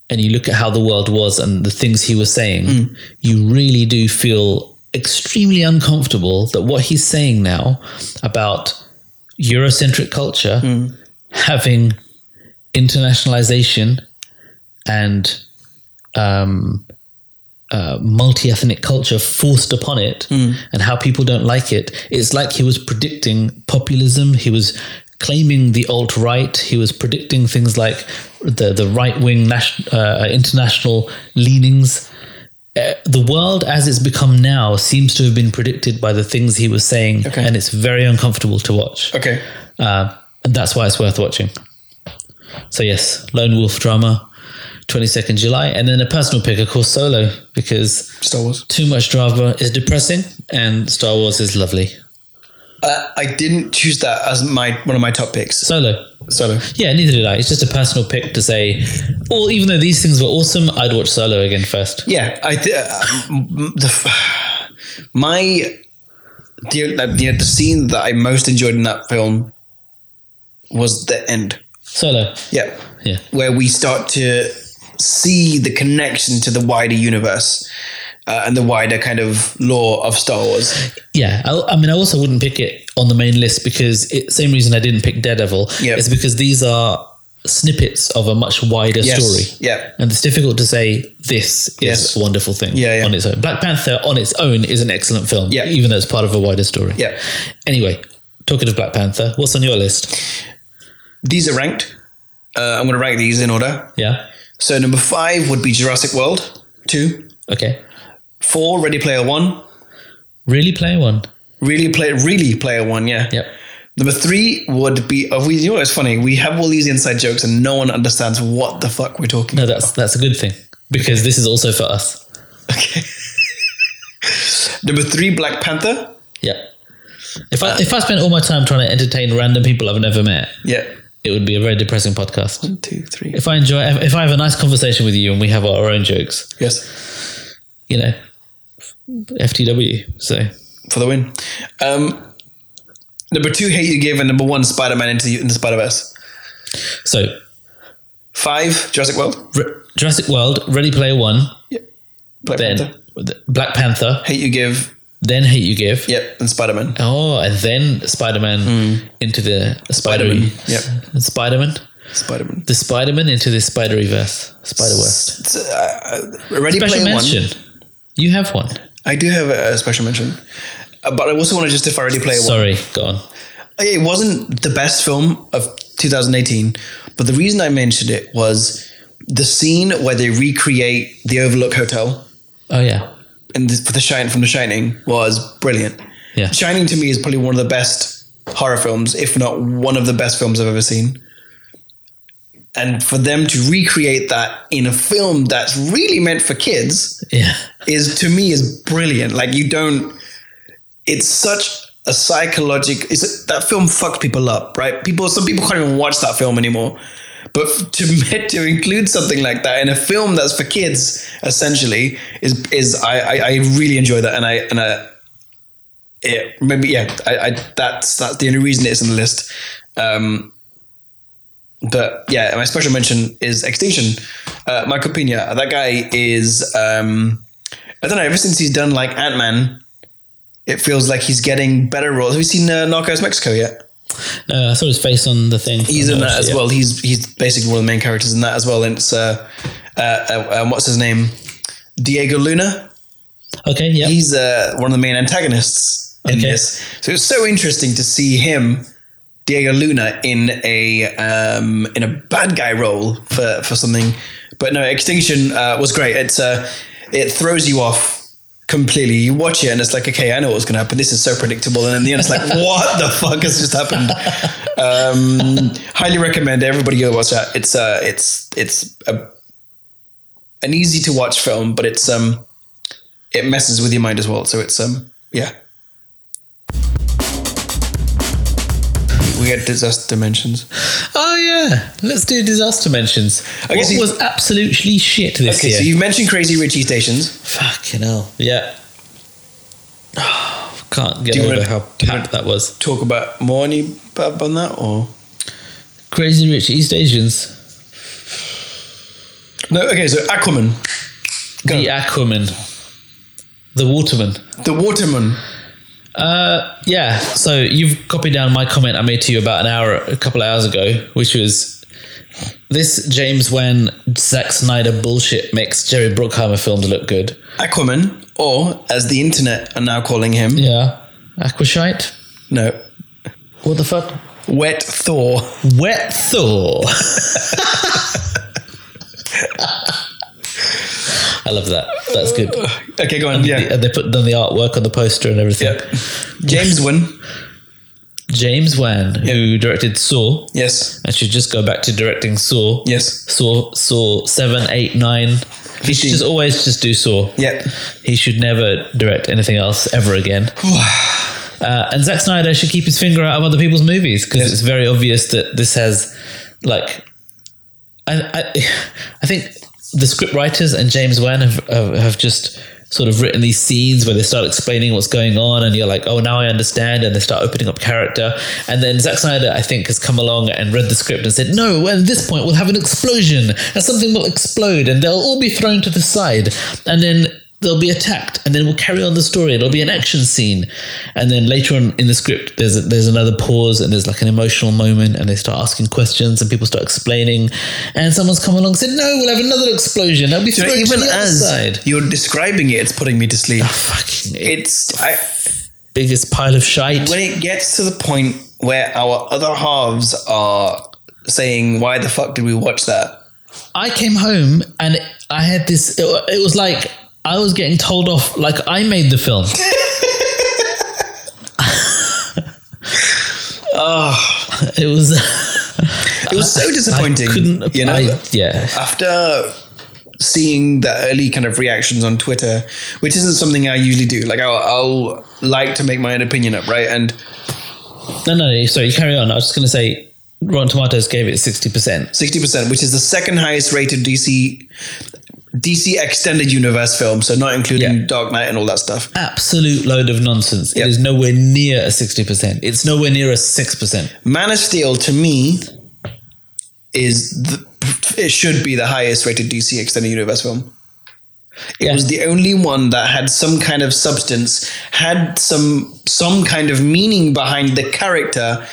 Speaker 2: and you look at how the world was and the things he was saying, you really do feel extremely uncomfortable that what he's saying now about Eurocentric culture having internationalization and um, uh, multi-ethnic culture forced upon it and how people don't like it it's like he was predicting populism he was claiming the alt-right he was predicting things like the, the right-wing nation, uh, international leanings Uh, the world as it's become now seems to have been predicted by the things he was saying
Speaker 1: Okay.
Speaker 2: and it's very uncomfortable to watch
Speaker 1: Okay.
Speaker 2: uh, and that's why it's worth watching. So yes, Lone Wolf drama, twenty second July, and then a personal pick, of course, Solo, because
Speaker 1: Star Wars.
Speaker 2: too much drama is depressing, and Star Wars is lovely.
Speaker 1: Uh, I didn't choose that as my one of my top picks.
Speaker 2: Solo,
Speaker 1: Solo.
Speaker 2: yeah, neither did I. It's just a personal pick to say. Well, even though these things were awesome, I'd watch Solo again first.
Speaker 1: Yeah, I th- uh, the f- my the, uh, the the scene that I most enjoyed in that film was the end.
Speaker 2: Solo,
Speaker 1: Yeah,
Speaker 2: yeah,
Speaker 1: where we start to see the connection to the wider universe uh, and the wider kind of lore of Star Wars.
Speaker 2: yeah. I, I mean, I also wouldn't pick it on the main list because it, same reason I didn't pick Daredevil.
Speaker 1: Yep.
Speaker 2: is because these are snippets of a much wider
Speaker 1: Yes.
Speaker 2: story.
Speaker 1: Yeah.
Speaker 2: And it's difficult to say this is
Speaker 1: Yes.
Speaker 2: a wonderful thing
Speaker 1: Yeah, yeah.
Speaker 2: on its own. Black Panther on its own is an excellent film,
Speaker 1: Yeah.
Speaker 2: even though it's part of a wider story.
Speaker 1: Yeah.
Speaker 2: Anyway, talking of Black Panther, what's on your list?
Speaker 1: These are ranked. Uh, I'm going to rank these in order.
Speaker 2: Yeah.
Speaker 1: So number five would be Jurassic World. Two,
Speaker 2: Okay.
Speaker 1: four, Ready Player One.
Speaker 2: Really play one.
Speaker 1: Really play, really Player One. Yeah.
Speaker 2: Yep.
Speaker 1: Number three would be. Oh, we, you know what's funny? We have all these inside jokes and no one understands what the fuck we're talking.
Speaker 2: No, that's that's a good thing because this is also for us.
Speaker 1: Okay. Number three, Black Panther.
Speaker 2: Yeah. If I if I spent all my time trying to entertain random people I've never met,
Speaker 1: Yeah.
Speaker 2: it would be a very depressing podcast.
Speaker 1: One, two, three.
Speaker 2: If I enjoy, if I have a nice conversation with you and we have our own jokes,
Speaker 1: Yes.
Speaker 2: you know, FTW. So
Speaker 1: For the win. Um, number two, Hate You Give, and number one, Spider Man into, into Spider Verse.
Speaker 2: so
Speaker 1: Five, Jurassic World.
Speaker 2: R- Jurassic World, Ready Player One,
Speaker 1: Black
Speaker 2: then
Speaker 1: Panther.
Speaker 2: the- Black Panther,
Speaker 1: Hate You Give.
Speaker 2: then Hate You Give.
Speaker 1: Yep. And Spider Man.
Speaker 2: Oh, and then Spider Man into the Spider
Speaker 1: Hmm. Spider-Man. Yep.
Speaker 2: Spider Man.
Speaker 1: Spider Man.
Speaker 2: The Spider Man into the Spider Verse. Spider West.
Speaker 1: uh, Ready
Speaker 2: Special
Speaker 1: Player
Speaker 2: mention.
Speaker 1: One.
Speaker 2: You have one.
Speaker 1: I do have a, a special mention. Uh, but I also want to justify Ready Player One.
Speaker 2: Sorry, go on.
Speaker 1: it wasn't the best film of 2018, but the reason I mentioned it was the scene where they recreate the Overlook Hotel
Speaker 2: Oh yeah,
Speaker 1: and the, the shine from The Shining was brilliant.
Speaker 2: yeah.
Speaker 1: Shining to me is probably one of the best horror films, if not one of the best films I've ever seen. And for them to recreate that in a film that's really meant for kids,
Speaker 2: Yeah.
Speaker 1: is to me is brilliant. Like you don't. It's such a psychological. It's, that film fucked people up, right? People, some people can't even watch that film anymore. But to to include something like that in a film that's for kids, essentially, is is I I, I really enjoy that, and I and I. It, maybe yeah, I, I that's that's the only reason it's in the list. Um, but yeah, my special mention is Extinction. Uh, Michael Pena, that guy is. Um, I don't know. Ever since he's done like Ant Man, it feels like he's getting better roles. Have you seen uh, Narcos Mexico yet?
Speaker 2: No, I saw his face on the thing.
Speaker 1: He's in that as
Speaker 2: Yeah.
Speaker 1: well. He's he's basically one of the main characters in that as well. And it's uh, uh, uh um, what's his name, Diego Luna.
Speaker 2: Okay, yeah.
Speaker 1: He's uh, one of the main antagonists in
Speaker 2: Okay.
Speaker 1: this. So it's so interesting to see him, Diego Luna, in a um, in a bad guy role for for something. But no, Extinction uh, was great. It's uh, it throws you off completely. You watch it and it's like, okay, I know what's going to happen. This is so predictable. And in the end, it's like, what the fuck has just happened? Um, highly recommend everybody go watch that. It's uh, it's it's a, an easy to watch film, but it's um, it messes with your mind as well. So it's um, yeah. We had disaster dimensions.
Speaker 2: oh yeah. Let's do disaster mentions.
Speaker 1: guess
Speaker 2: What
Speaker 1: he-
Speaker 2: was absolutely shit this
Speaker 1: Okay,
Speaker 2: year?
Speaker 1: so you've mentioned Crazy Richie stations.
Speaker 2: Fucking hell. Yeah. Can't get
Speaker 1: Do you
Speaker 2: over
Speaker 1: wanna-
Speaker 2: how
Speaker 1: do you
Speaker 2: packed that was.
Speaker 1: Talk about more any bab on that or
Speaker 2: Crazy Rich East Asians.
Speaker 1: no? Okay, so Aquaman, Go.
Speaker 2: The Aquaman. The Waterman.
Speaker 1: the Waterman.
Speaker 2: Uh, yeah. So you've copied down my comment I made to you about an hour, a couple of hours ago, which was this James Wan, Zack Snyder bullshit makes Jerry Bruckheimer films look good.
Speaker 1: Aquaman, or as the internet are now calling him,
Speaker 2: Yeah. Aquashite.
Speaker 1: no,
Speaker 2: What the fuck?
Speaker 1: Wet Thor.
Speaker 2: Wet Thor. I love that. That's good.
Speaker 1: Okay, go on. Yeah,
Speaker 2: And they put done the artwork on the poster and everything.
Speaker 1: yep. James Wan.
Speaker 2: James Wan, who directed Saw,
Speaker 1: Yes,
Speaker 2: and should just go back to directing Saw.
Speaker 1: yes.
Speaker 2: Saw, Saw seven, eight, nine. He should just always just do Saw.
Speaker 1: Yep.
Speaker 2: He should never direct anything else ever again. uh, and Zack Snyder should keep his finger out of other people's movies because it's very obvious that this has, like, I, I, I think the script writers and James Wan have, have, have just sort of written these scenes where they start explaining what's going on and you're like, oh, now I understand. And they start opening up character. And then Zack Snyder, I think, has come along and read the script and said, no, well, at this point, we'll have an explosion and something will explode and they'll all be thrown to the side. And then they'll be attacked and then we'll carry on the story it'll be an action scene and then later on in the script there's a, there's another pause and there's like an emotional moment and they start asking questions and people start explaining and someone's come along and said no we'll have another explosion they'll be
Speaker 1: You know,
Speaker 2: thrown
Speaker 1: even
Speaker 2: to the
Speaker 1: as
Speaker 2: other side Ah,
Speaker 1: you're describing it, it's putting me to sleep.
Speaker 2: fucking
Speaker 1: It's I,
Speaker 2: biggest pile of shite
Speaker 1: when it gets to the point where our other halves are saying, "Why the fuck did we watch that?"
Speaker 2: I came home and I had this. It, wa- it was like I was getting told off, like I made the film. oh, Ah, it was
Speaker 1: It was so disappointing.
Speaker 2: I couldn't.
Speaker 1: you know,
Speaker 2: I, yeah,
Speaker 1: after seeing the early kind of reactions on Twitter, which isn't something I usually do. Like I'll, I'll like to make my own opinion up, right? And
Speaker 2: No, no, no. Sorry, carry on. I was just going to say Rotten Tomatoes gave it sixty percent.
Speaker 1: sixty percent, which is the second highest rated DC DC extended universe film, so not including
Speaker 2: Yeah.
Speaker 1: Dark Knight and all that stuff.
Speaker 2: Absolute load of nonsense.
Speaker 1: Yep.
Speaker 2: It is nowhere near a sixty percent. It's nowhere near a six percent.
Speaker 1: Man of Steel to me is the, it should be the highest rated DC extended universe film. It
Speaker 2: Yeah.
Speaker 1: was the only one that had some kind of substance, had some some kind of meaning behind the character.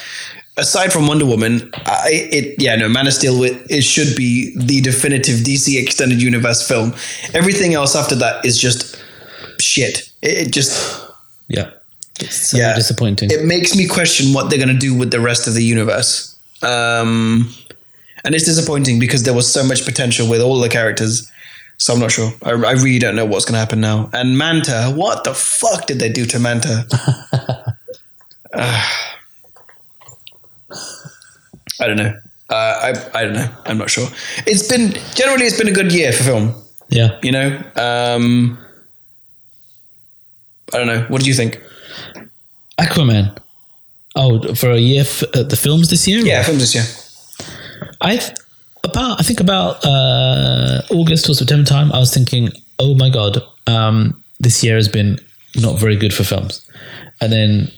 Speaker 1: Aside from Wonder Woman, I, it yeah no Man of Steel it, it should be the definitive DC extended universe film. Everything else after that is just shit. It, it just
Speaker 2: Yeah, it's so
Speaker 1: Yeah.
Speaker 2: disappointing.
Speaker 1: Uh, it makes me question what they're going to do with the rest of the universe. Um, and it's disappointing because there was so much potential with all the characters. So I'm not sure. I, I really don't know what's going to happen now. And Manta, what the fuck did they do to Manta? Ah. I don't know. Uh, I I don't know. I'm not sure. It's been generally it's been a good year for film.
Speaker 2: yeah,
Speaker 1: You know. Um, I don't know. What do you think?
Speaker 2: Aquaman. Oh, for a year f- at the films this year.
Speaker 1: Yeah, films this year.
Speaker 2: I th- about I think about uh, August or September time. I was thinking, oh my god, um, this year has been not very good for films. And then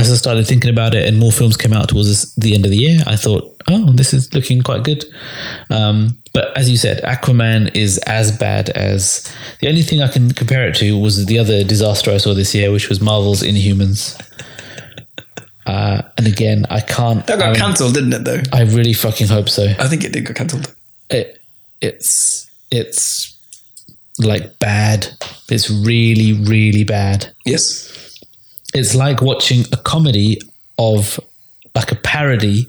Speaker 2: as I started thinking about it, and more films came out towards this, the end of the year, I thought, oh, this is looking quite good. Um, but as you said, Aquaman is as bad as the only thing I can compare it to was the other disaster I saw this year, which was Marvel's Inhumans. Uh, and again, I can't.
Speaker 1: That got
Speaker 2: I-
Speaker 1: cancelled, didn't it? Though
Speaker 2: I really fucking hope so
Speaker 1: I think it did get cancelled.
Speaker 2: it it's it's like bad. It's really really bad.
Speaker 1: Yes.
Speaker 2: It's like watching a comedy of like a parody.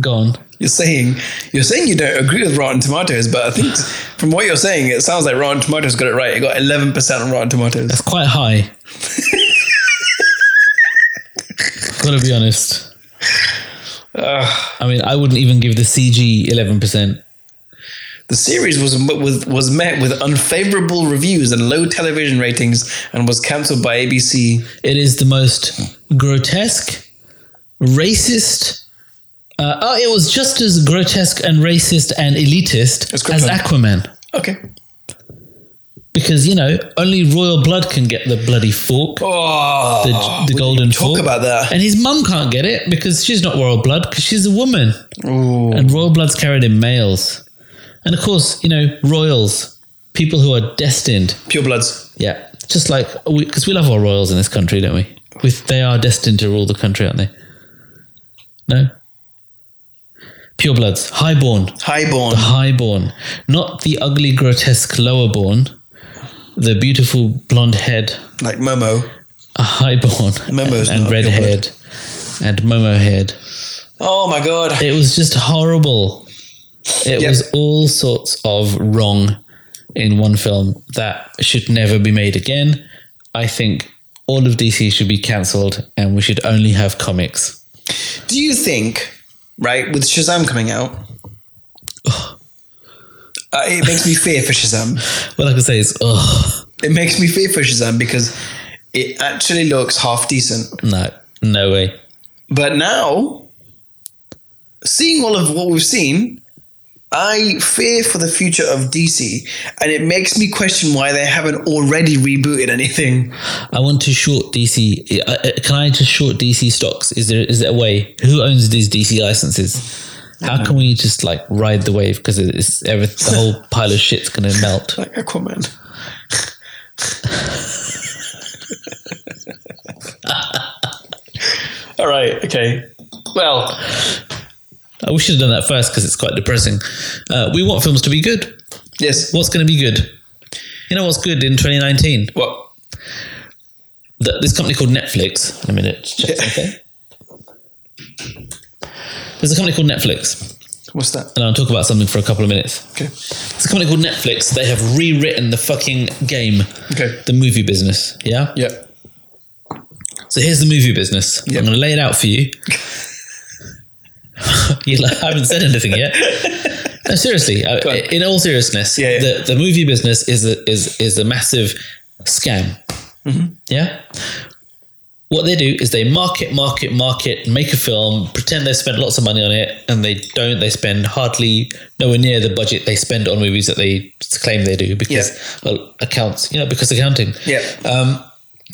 Speaker 2: Gone.
Speaker 1: You're saying you're saying you don't agree with Rotten Tomatoes, but I think from what you're saying, it sounds like Rotten Tomatoes got it right. It got 11 percent on Rotten Tomatoes.
Speaker 2: It's quite high. Gotta be honest. I mean, I wouldn't even give the CG eleven percent.
Speaker 1: The series was was was met with unfavorable reviews and low television ratings, and was cancelled by ABC.
Speaker 2: It is the most grotesque, racist. Uh, oh, it was just as grotesque and racist and elitist
Speaker 1: As
Speaker 2: as Aquaman.
Speaker 1: Okay.
Speaker 2: Because, you know, only royal blood can get the bloody fork,
Speaker 1: Oh,
Speaker 2: the, the golden
Speaker 1: talk
Speaker 2: fork.
Speaker 1: about that.
Speaker 2: And his mum can't get it because she's not royal blood because she's a woman. And royal blood's carried in males. And of course, you know, royals, people who are destined
Speaker 1: pure bloods.
Speaker 2: yeah, just like because we, love our royals in this country, don't we? With they are destined to rule the country, aren't they? No. Purebloods, highborn,
Speaker 1: Highborn.
Speaker 2: highborn, not the ugly, grotesque lowerborn, the beautiful blonde head,
Speaker 1: Like Momo.
Speaker 2: a highborn,
Speaker 1: Momo's
Speaker 2: and, and
Speaker 1: not
Speaker 2: red
Speaker 1: pureblood.
Speaker 2: haired, and Momo haired.
Speaker 1: Oh my god.
Speaker 2: It was just horrible. It
Speaker 1: Yeah.
Speaker 2: was all sorts of wrong in one film that should never be made again. I think all of DC should be cancelled and we should only have comics.
Speaker 1: Do you think, right, with Shazam coming out, uh, it makes me fear for Shazam.
Speaker 2: Well, like I say, it's oh
Speaker 1: It makes me fear for Shazam because it actually looks half decent.
Speaker 2: no, no way.
Speaker 1: But now, seeing all of what we've seen, I fear for the future of DC, and it makes me question why they haven't already rebooted anything.
Speaker 2: I want to short DC. Uh, uh, Can I just short DC stocks? Is there is there a way? Who owns these DC licenses? How can we just like ride the wave because it's every, the whole pile of shit's gonna melt?
Speaker 1: Like Aquaman. all right. Okay. Well,
Speaker 2: Uh, We should have done that first because it's quite depressing. Uh, we want films to be good.
Speaker 1: yes.
Speaker 2: What's going to be good? You know what's good in 2019?
Speaker 1: What?
Speaker 2: Th- This company called Netflix. Let me just check something. There's a company called Netflix,
Speaker 1: What's that?
Speaker 2: and I'll talk about something for a couple of minutes.
Speaker 1: Okay.
Speaker 2: It's a company called Netflix. They have rewritten the fucking game,
Speaker 1: Okay.
Speaker 2: the movie business. Yeah?
Speaker 1: Yeah.
Speaker 2: So here's the movie business. I'm going to lay it out for you. you like, I haven't said anything yet. No, seriously. uh,
Speaker 1: on.
Speaker 2: in all seriousness,
Speaker 1: Yeah, yeah.
Speaker 2: The, the movie business is a, is is a massive scam.
Speaker 1: Mm-hmm.
Speaker 2: Yeah. What they do is they market, market, market, make a film, pretend they spent lots of money on it, and they don't. They spend hardly nowhere near the budget they spend on movies that they claim they do because well, accounts, you know, because accounting.
Speaker 1: Yeah.
Speaker 2: Um,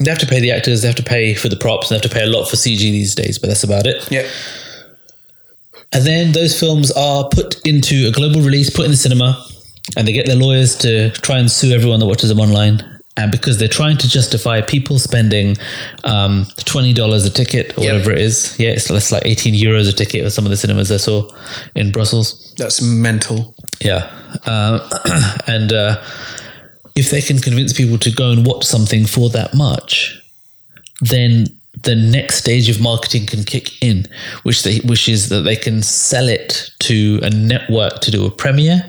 Speaker 2: they have to pay the actors, they have to pay for the props, they have to pay a lot for CG these days, but that's about it.
Speaker 1: Yeah.
Speaker 2: And then those films are put into a global release, put in the cinema, and they get their lawyers to try and sue everyone that watches them online. And because they're trying to justify people spending um, twenty dollars a ticket or whatever it is, yeah, it's less like eighteen euros a ticket at some of the cinemas I saw in Brussels.
Speaker 1: That's mental.
Speaker 2: Yeah. Uh, and uh, if they can convince people to go and watch something for that much, then the next stage of marketing can kick in, which they which is that they can sell it to a network to do a premiere,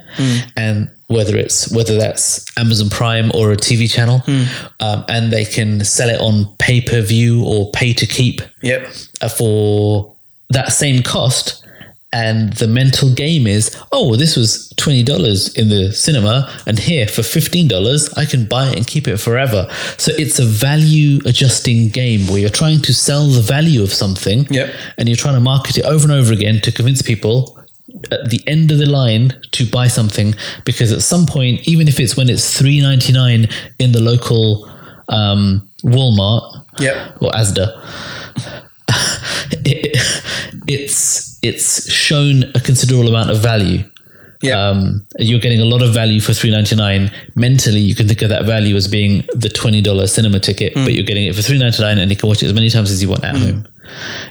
Speaker 2: and whether it's whether that's Amazon Prime or a TV channel, um, and they can sell it on pay per view or pay to keep
Speaker 1: Yep.
Speaker 2: uh, for that same cost. And the mental game is, oh, this was twenty dollars in the cinema, and here for fifteen dollars, I can buy it and keep it forever. So it's a value adjusting game where you're trying to sell the value of something,
Speaker 1: Yep.
Speaker 2: and you're trying to market it over and over again to convince people at the end of the line to buy something. Because at some point, even if it's when it's three ninety nine in the local um, Walmart,
Speaker 1: Yep.
Speaker 2: or Asda, it, it's it's shown a considerable amount of value.
Speaker 1: Yeah.
Speaker 2: Um, you're getting a lot of value for three ninety nine. Mentally, you can think of that value as being the twenty dollar cinema ticket, but you're getting it for three ninety nine, and you can watch it as many times as you want at home,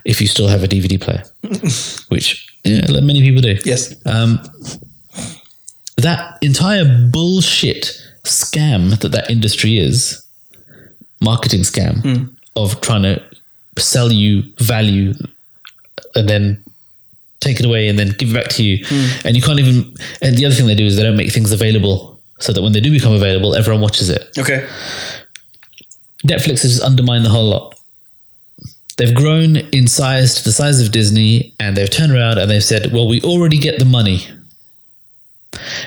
Speaker 2: if you still have a DVD player, which yeah, like many people do
Speaker 1: yes.
Speaker 2: that entire bullshit scam that that industry is marketing scam of trying to sell you value and then take it away and then give it back to you and you can't even and the other thing they do is they don't make things available so that when they do become available everyone watches it
Speaker 1: okay.
Speaker 2: Netflix has just undermined the whole lot. They've grown in size to the size of Disney, and they've turned around and they've said, "Well, we already get the money,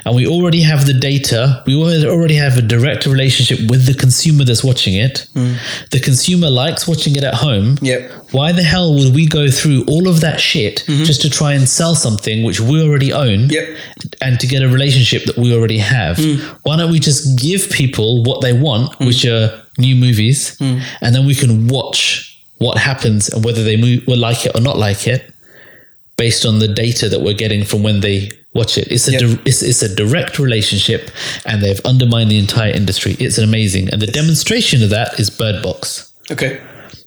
Speaker 2: and we already have the data. We alre- already have a direct relationship with the consumer that's watching it. The consumer likes watching it at home.
Speaker 1: Yep.
Speaker 2: Why the hell would we go through all of that shit just to try and sell something which we already own?
Speaker 1: Yep.
Speaker 2: and to get a relationship that we already have. Why don't we just give people what they want, which are new movies, and then we can watch what happens and whether they move, will like it or not like it, based on the data that we're getting from when they watch it. It's a
Speaker 1: Yep.
Speaker 2: di- it's, it's a direct relationship, and they've undermined the entire industry. It's amazing, and the demonstration of that is Bird Box.
Speaker 1: Okay.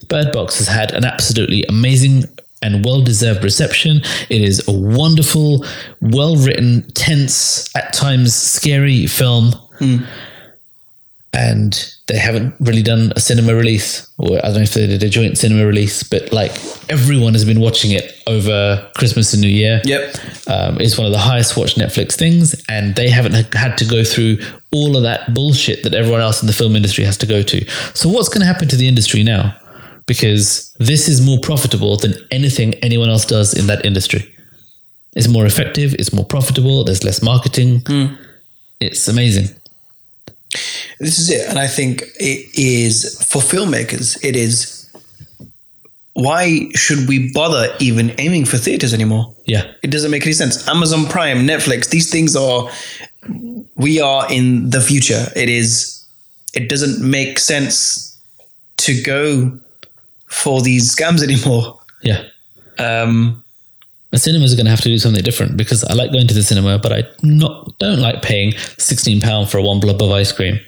Speaker 2: Bird Box has had an absolutely amazing and well deserved reception. It is a wonderful, well written, tense, at times scary film. And they haven't really done a cinema release, or I don't know if they did a joint cinema release, but like everyone has been watching it over Christmas and New Year.
Speaker 1: Yep.
Speaker 2: Um, it's one of the highest watched Netflix things, and they haven't ha- had to go through all of that bullshit that everyone else in the film industry has to go to. So, what's going to happen to the industry now? Because this is more profitable than anything anyone else does in that industry. It's more effective, it's more profitable, there's less marketing. It's amazing.
Speaker 1: This is it. And I think it is for filmmakers, it is why should we bother even aiming for theaters anymore?
Speaker 2: Yeah.
Speaker 1: It doesn't make any sense. Amazon Prime, Netflix, these things are we are in the future. It is it doesn't make sense to go for these scams anymore.
Speaker 2: Yeah.
Speaker 1: Um
Speaker 2: The cinemas are going to have to do something different because I like going to the cinema, but I not don't like paying sixteen pound for one blob of ice cream,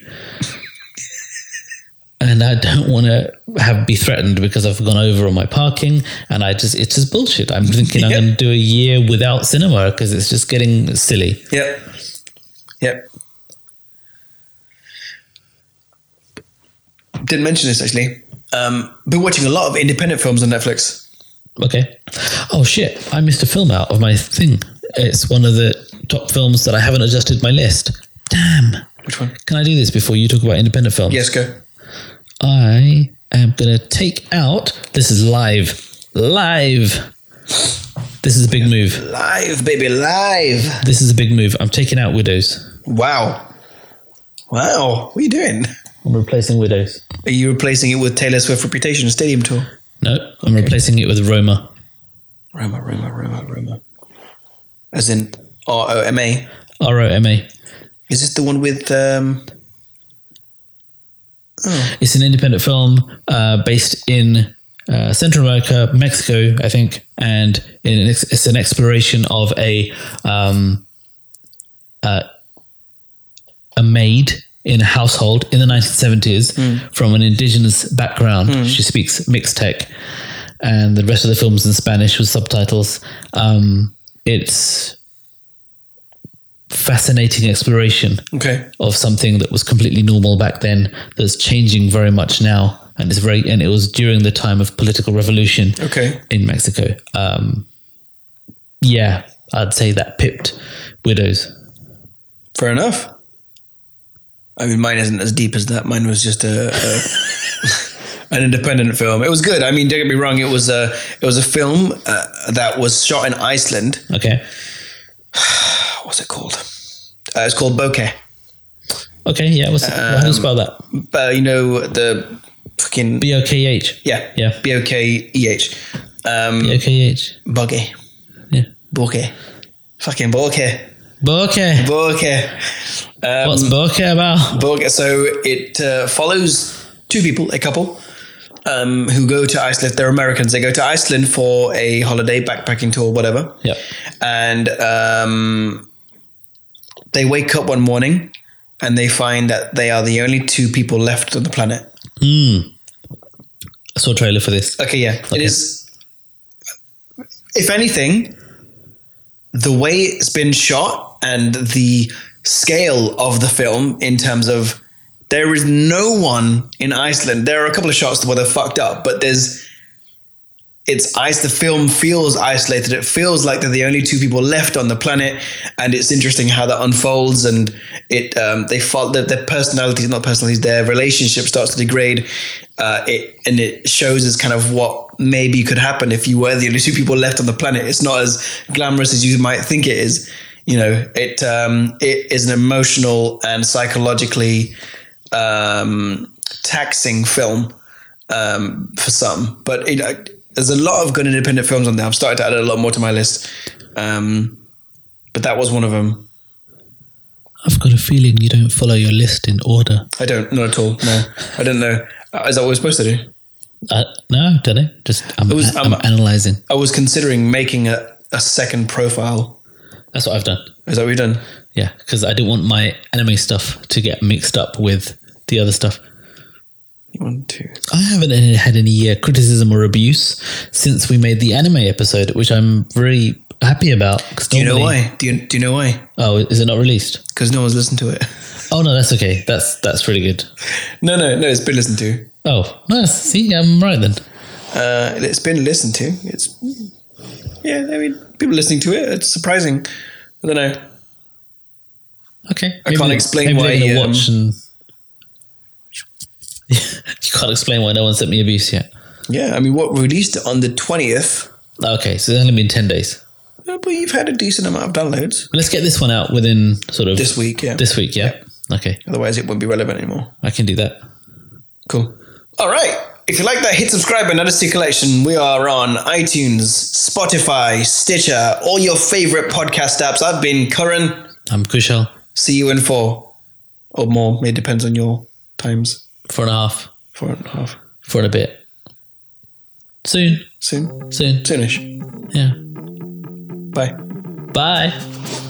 Speaker 2: and I don't want to have be threatened because I've gone over on my parking, and I just it's just bullshit. I'm thinking I'm
Speaker 1: Yeah.
Speaker 2: going to do a year without cinema because it's just getting silly.
Speaker 1: yep. Yep. Didn't mention this actually. Um, been watching a lot of independent films on Netflix.
Speaker 2: Okay. Oh shit! I missed a film out of my thing. It's one of the top films that I haven't adjusted my list. Damn.
Speaker 1: Which one?
Speaker 2: Can I do this before you talk about independent films?
Speaker 1: Yes, go.
Speaker 2: I am going to take out. This is live. Live. This is a big move.
Speaker 1: Live, baby, live.
Speaker 2: This is a big move. I'm taking out widows.
Speaker 1: Wow. Wow. What are you doing?
Speaker 2: I'm replacing widows.
Speaker 1: Are you replacing it with Taylor Swift Reputation Stadium Tour?
Speaker 2: No, I'm replacing it with Roma.
Speaker 1: Roma, Roma, Roma, Roma. As in R O M A.
Speaker 2: R O M A.
Speaker 1: Is this the one with um
Speaker 2: It's an independent film uh, based in uh, Central America, Mexico, I think, and in an ex- it's an exploration of a um, uh, a maid in a household in the 1970s from an indigenous background. She speaks Mixtec, and the rest of the film's in Spanish with subtitles. Um, it's fascinating exploration
Speaker 1: Okay.
Speaker 2: of something that was completely normal back then that's changing very much now and it's very and it was during the time of political revolution
Speaker 1: Okay.
Speaker 2: in Mexico um yeah I'd say that pipped widows
Speaker 1: Fair enough. I mean, mine isn't as deep as that. Mine was just a, a an independent film. It was good. I mean, don't get me wrong. It was a it was a film uh, that was shot in Iceland.
Speaker 2: okay
Speaker 1: What's it called? Uh, it's called Bokeh.
Speaker 2: okay yeah what's how do you spell that
Speaker 1: But you know the fucking
Speaker 2: B O K H
Speaker 1: yeah
Speaker 2: yeah
Speaker 1: B O K E H um,
Speaker 2: B O K H
Speaker 1: Bokeh
Speaker 2: yeah
Speaker 1: Bokeh fucking Bokeh
Speaker 2: Bokeh
Speaker 1: Bokeh. Um,
Speaker 2: what's Bokeh about
Speaker 1: book. So it uh, follows two people, a couple, um, who go to Iceland. They're Americans. They go to Iceland for a holiday, backpacking tour, whatever.
Speaker 2: yeah
Speaker 1: And um, they wake up one morning and they find that they are the only two people left on the planet.
Speaker 2: I saw a trailer for this
Speaker 1: Okay, yeah. It is. If anything, the way it's been shot and the scale of the film in terms of there is no one in Iceland. There are a couple of shots where they're fucked up, but there's it's ice. The film feels isolated. It feels like they're the only two people left on the planet, and it's interesting how that unfolds. And it um, they follow their, their personalities, not personalities, their relationship starts to degrade. Uh, it and it shows us kind of what maybe could happen if you were the only two people left on the planet. It's not as glamorous as you might think it is. You know, it um, it is an emotional and psychologically um, taxing film um, for some, but it, I, there's a lot of good independent films on there. I've started to add a lot more to my list, um, but that was one of them.
Speaker 2: I've got a feeling you don't follow your list in order
Speaker 1: I don't, not at all. No, I don't know. Uh, Is that what we're supposed to do?
Speaker 2: uh, no don't know just I'm,
Speaker 1: was- um,
Speaker 2: I'm
Speaker 1: I'm-
Speaker 2: analysing
Speaker 1: I was considering making a, a second profile.
Speaker 2: that's what I've done
Speaker 1: Is that what we've done?
Speaker 2: Yeah, because I didn't want my anime stuff to get mixed up with the other stuff.
Speaker 1: One, two. three.
Speaker 2: I haven't had any uh, criticism or abuse since we made the anime episode, which I'm really happy about. 'cause
Speaker 1: Do you know
Speaker 2: normally-
Speaker 1: why? Do you, do you know why?
Speaker 2: Oh, is it not released?
Speaker 1: Because no one's listened to it.
Speaker 2: Oh no, that's okay. That's that's really good.
Speaker 1: No, no, no. It's been listened to.
Speaker 2: Oh, nice. See, I'm right then.
Speaker 1: Uh, it's been listened to. It's yeah. I mean, people listening to it. It's surprising. I don't know.
Speaker 2: Okay.
Speaker 1: I can't explain
Speaker 2: maybe they're
Speaker 1: why,
Speaker 2: gonna
Speaker 1: um,
Speaker 2: watch and. you can't explain why no one sent me abuse yet.
Speaker 1: Yeah, I mean, what released it on the twentieth?
Speaker 2: Okay, so it's only been ten days.
Speaker 1: Uh, But you've had a decent amount of downloads
Speaker 2: Let's get this one out within sort of
Speaker 1: this week, yeah.
Speaker 2: This week, yeah. Okay,
Speaker 1: Otherwise, it wouldn't be relevant anymore.
Speaker 2: I can do that.
Speaker 1: Cool. All right. If you like that, hit subscribe and Odyssey Collection. We are on iTunes, Spotify, Stitcher, all your favorite podcast apps. I've been Curran.
Speaker 2: I'm Kushal.
Speaker 1: See you in four or more. It depends on your times.
Speaker 2: Four and a half.
Speaker 1: Four and a half.
Speaker 2: Four and a bit. Soon.
Speaker 1: Soon.
Speaker 2: Soon.
Speaker 1: Soonish.
Speaker 2: Yeah.
Speaker 1: Bye.
Speaker 2: Bye.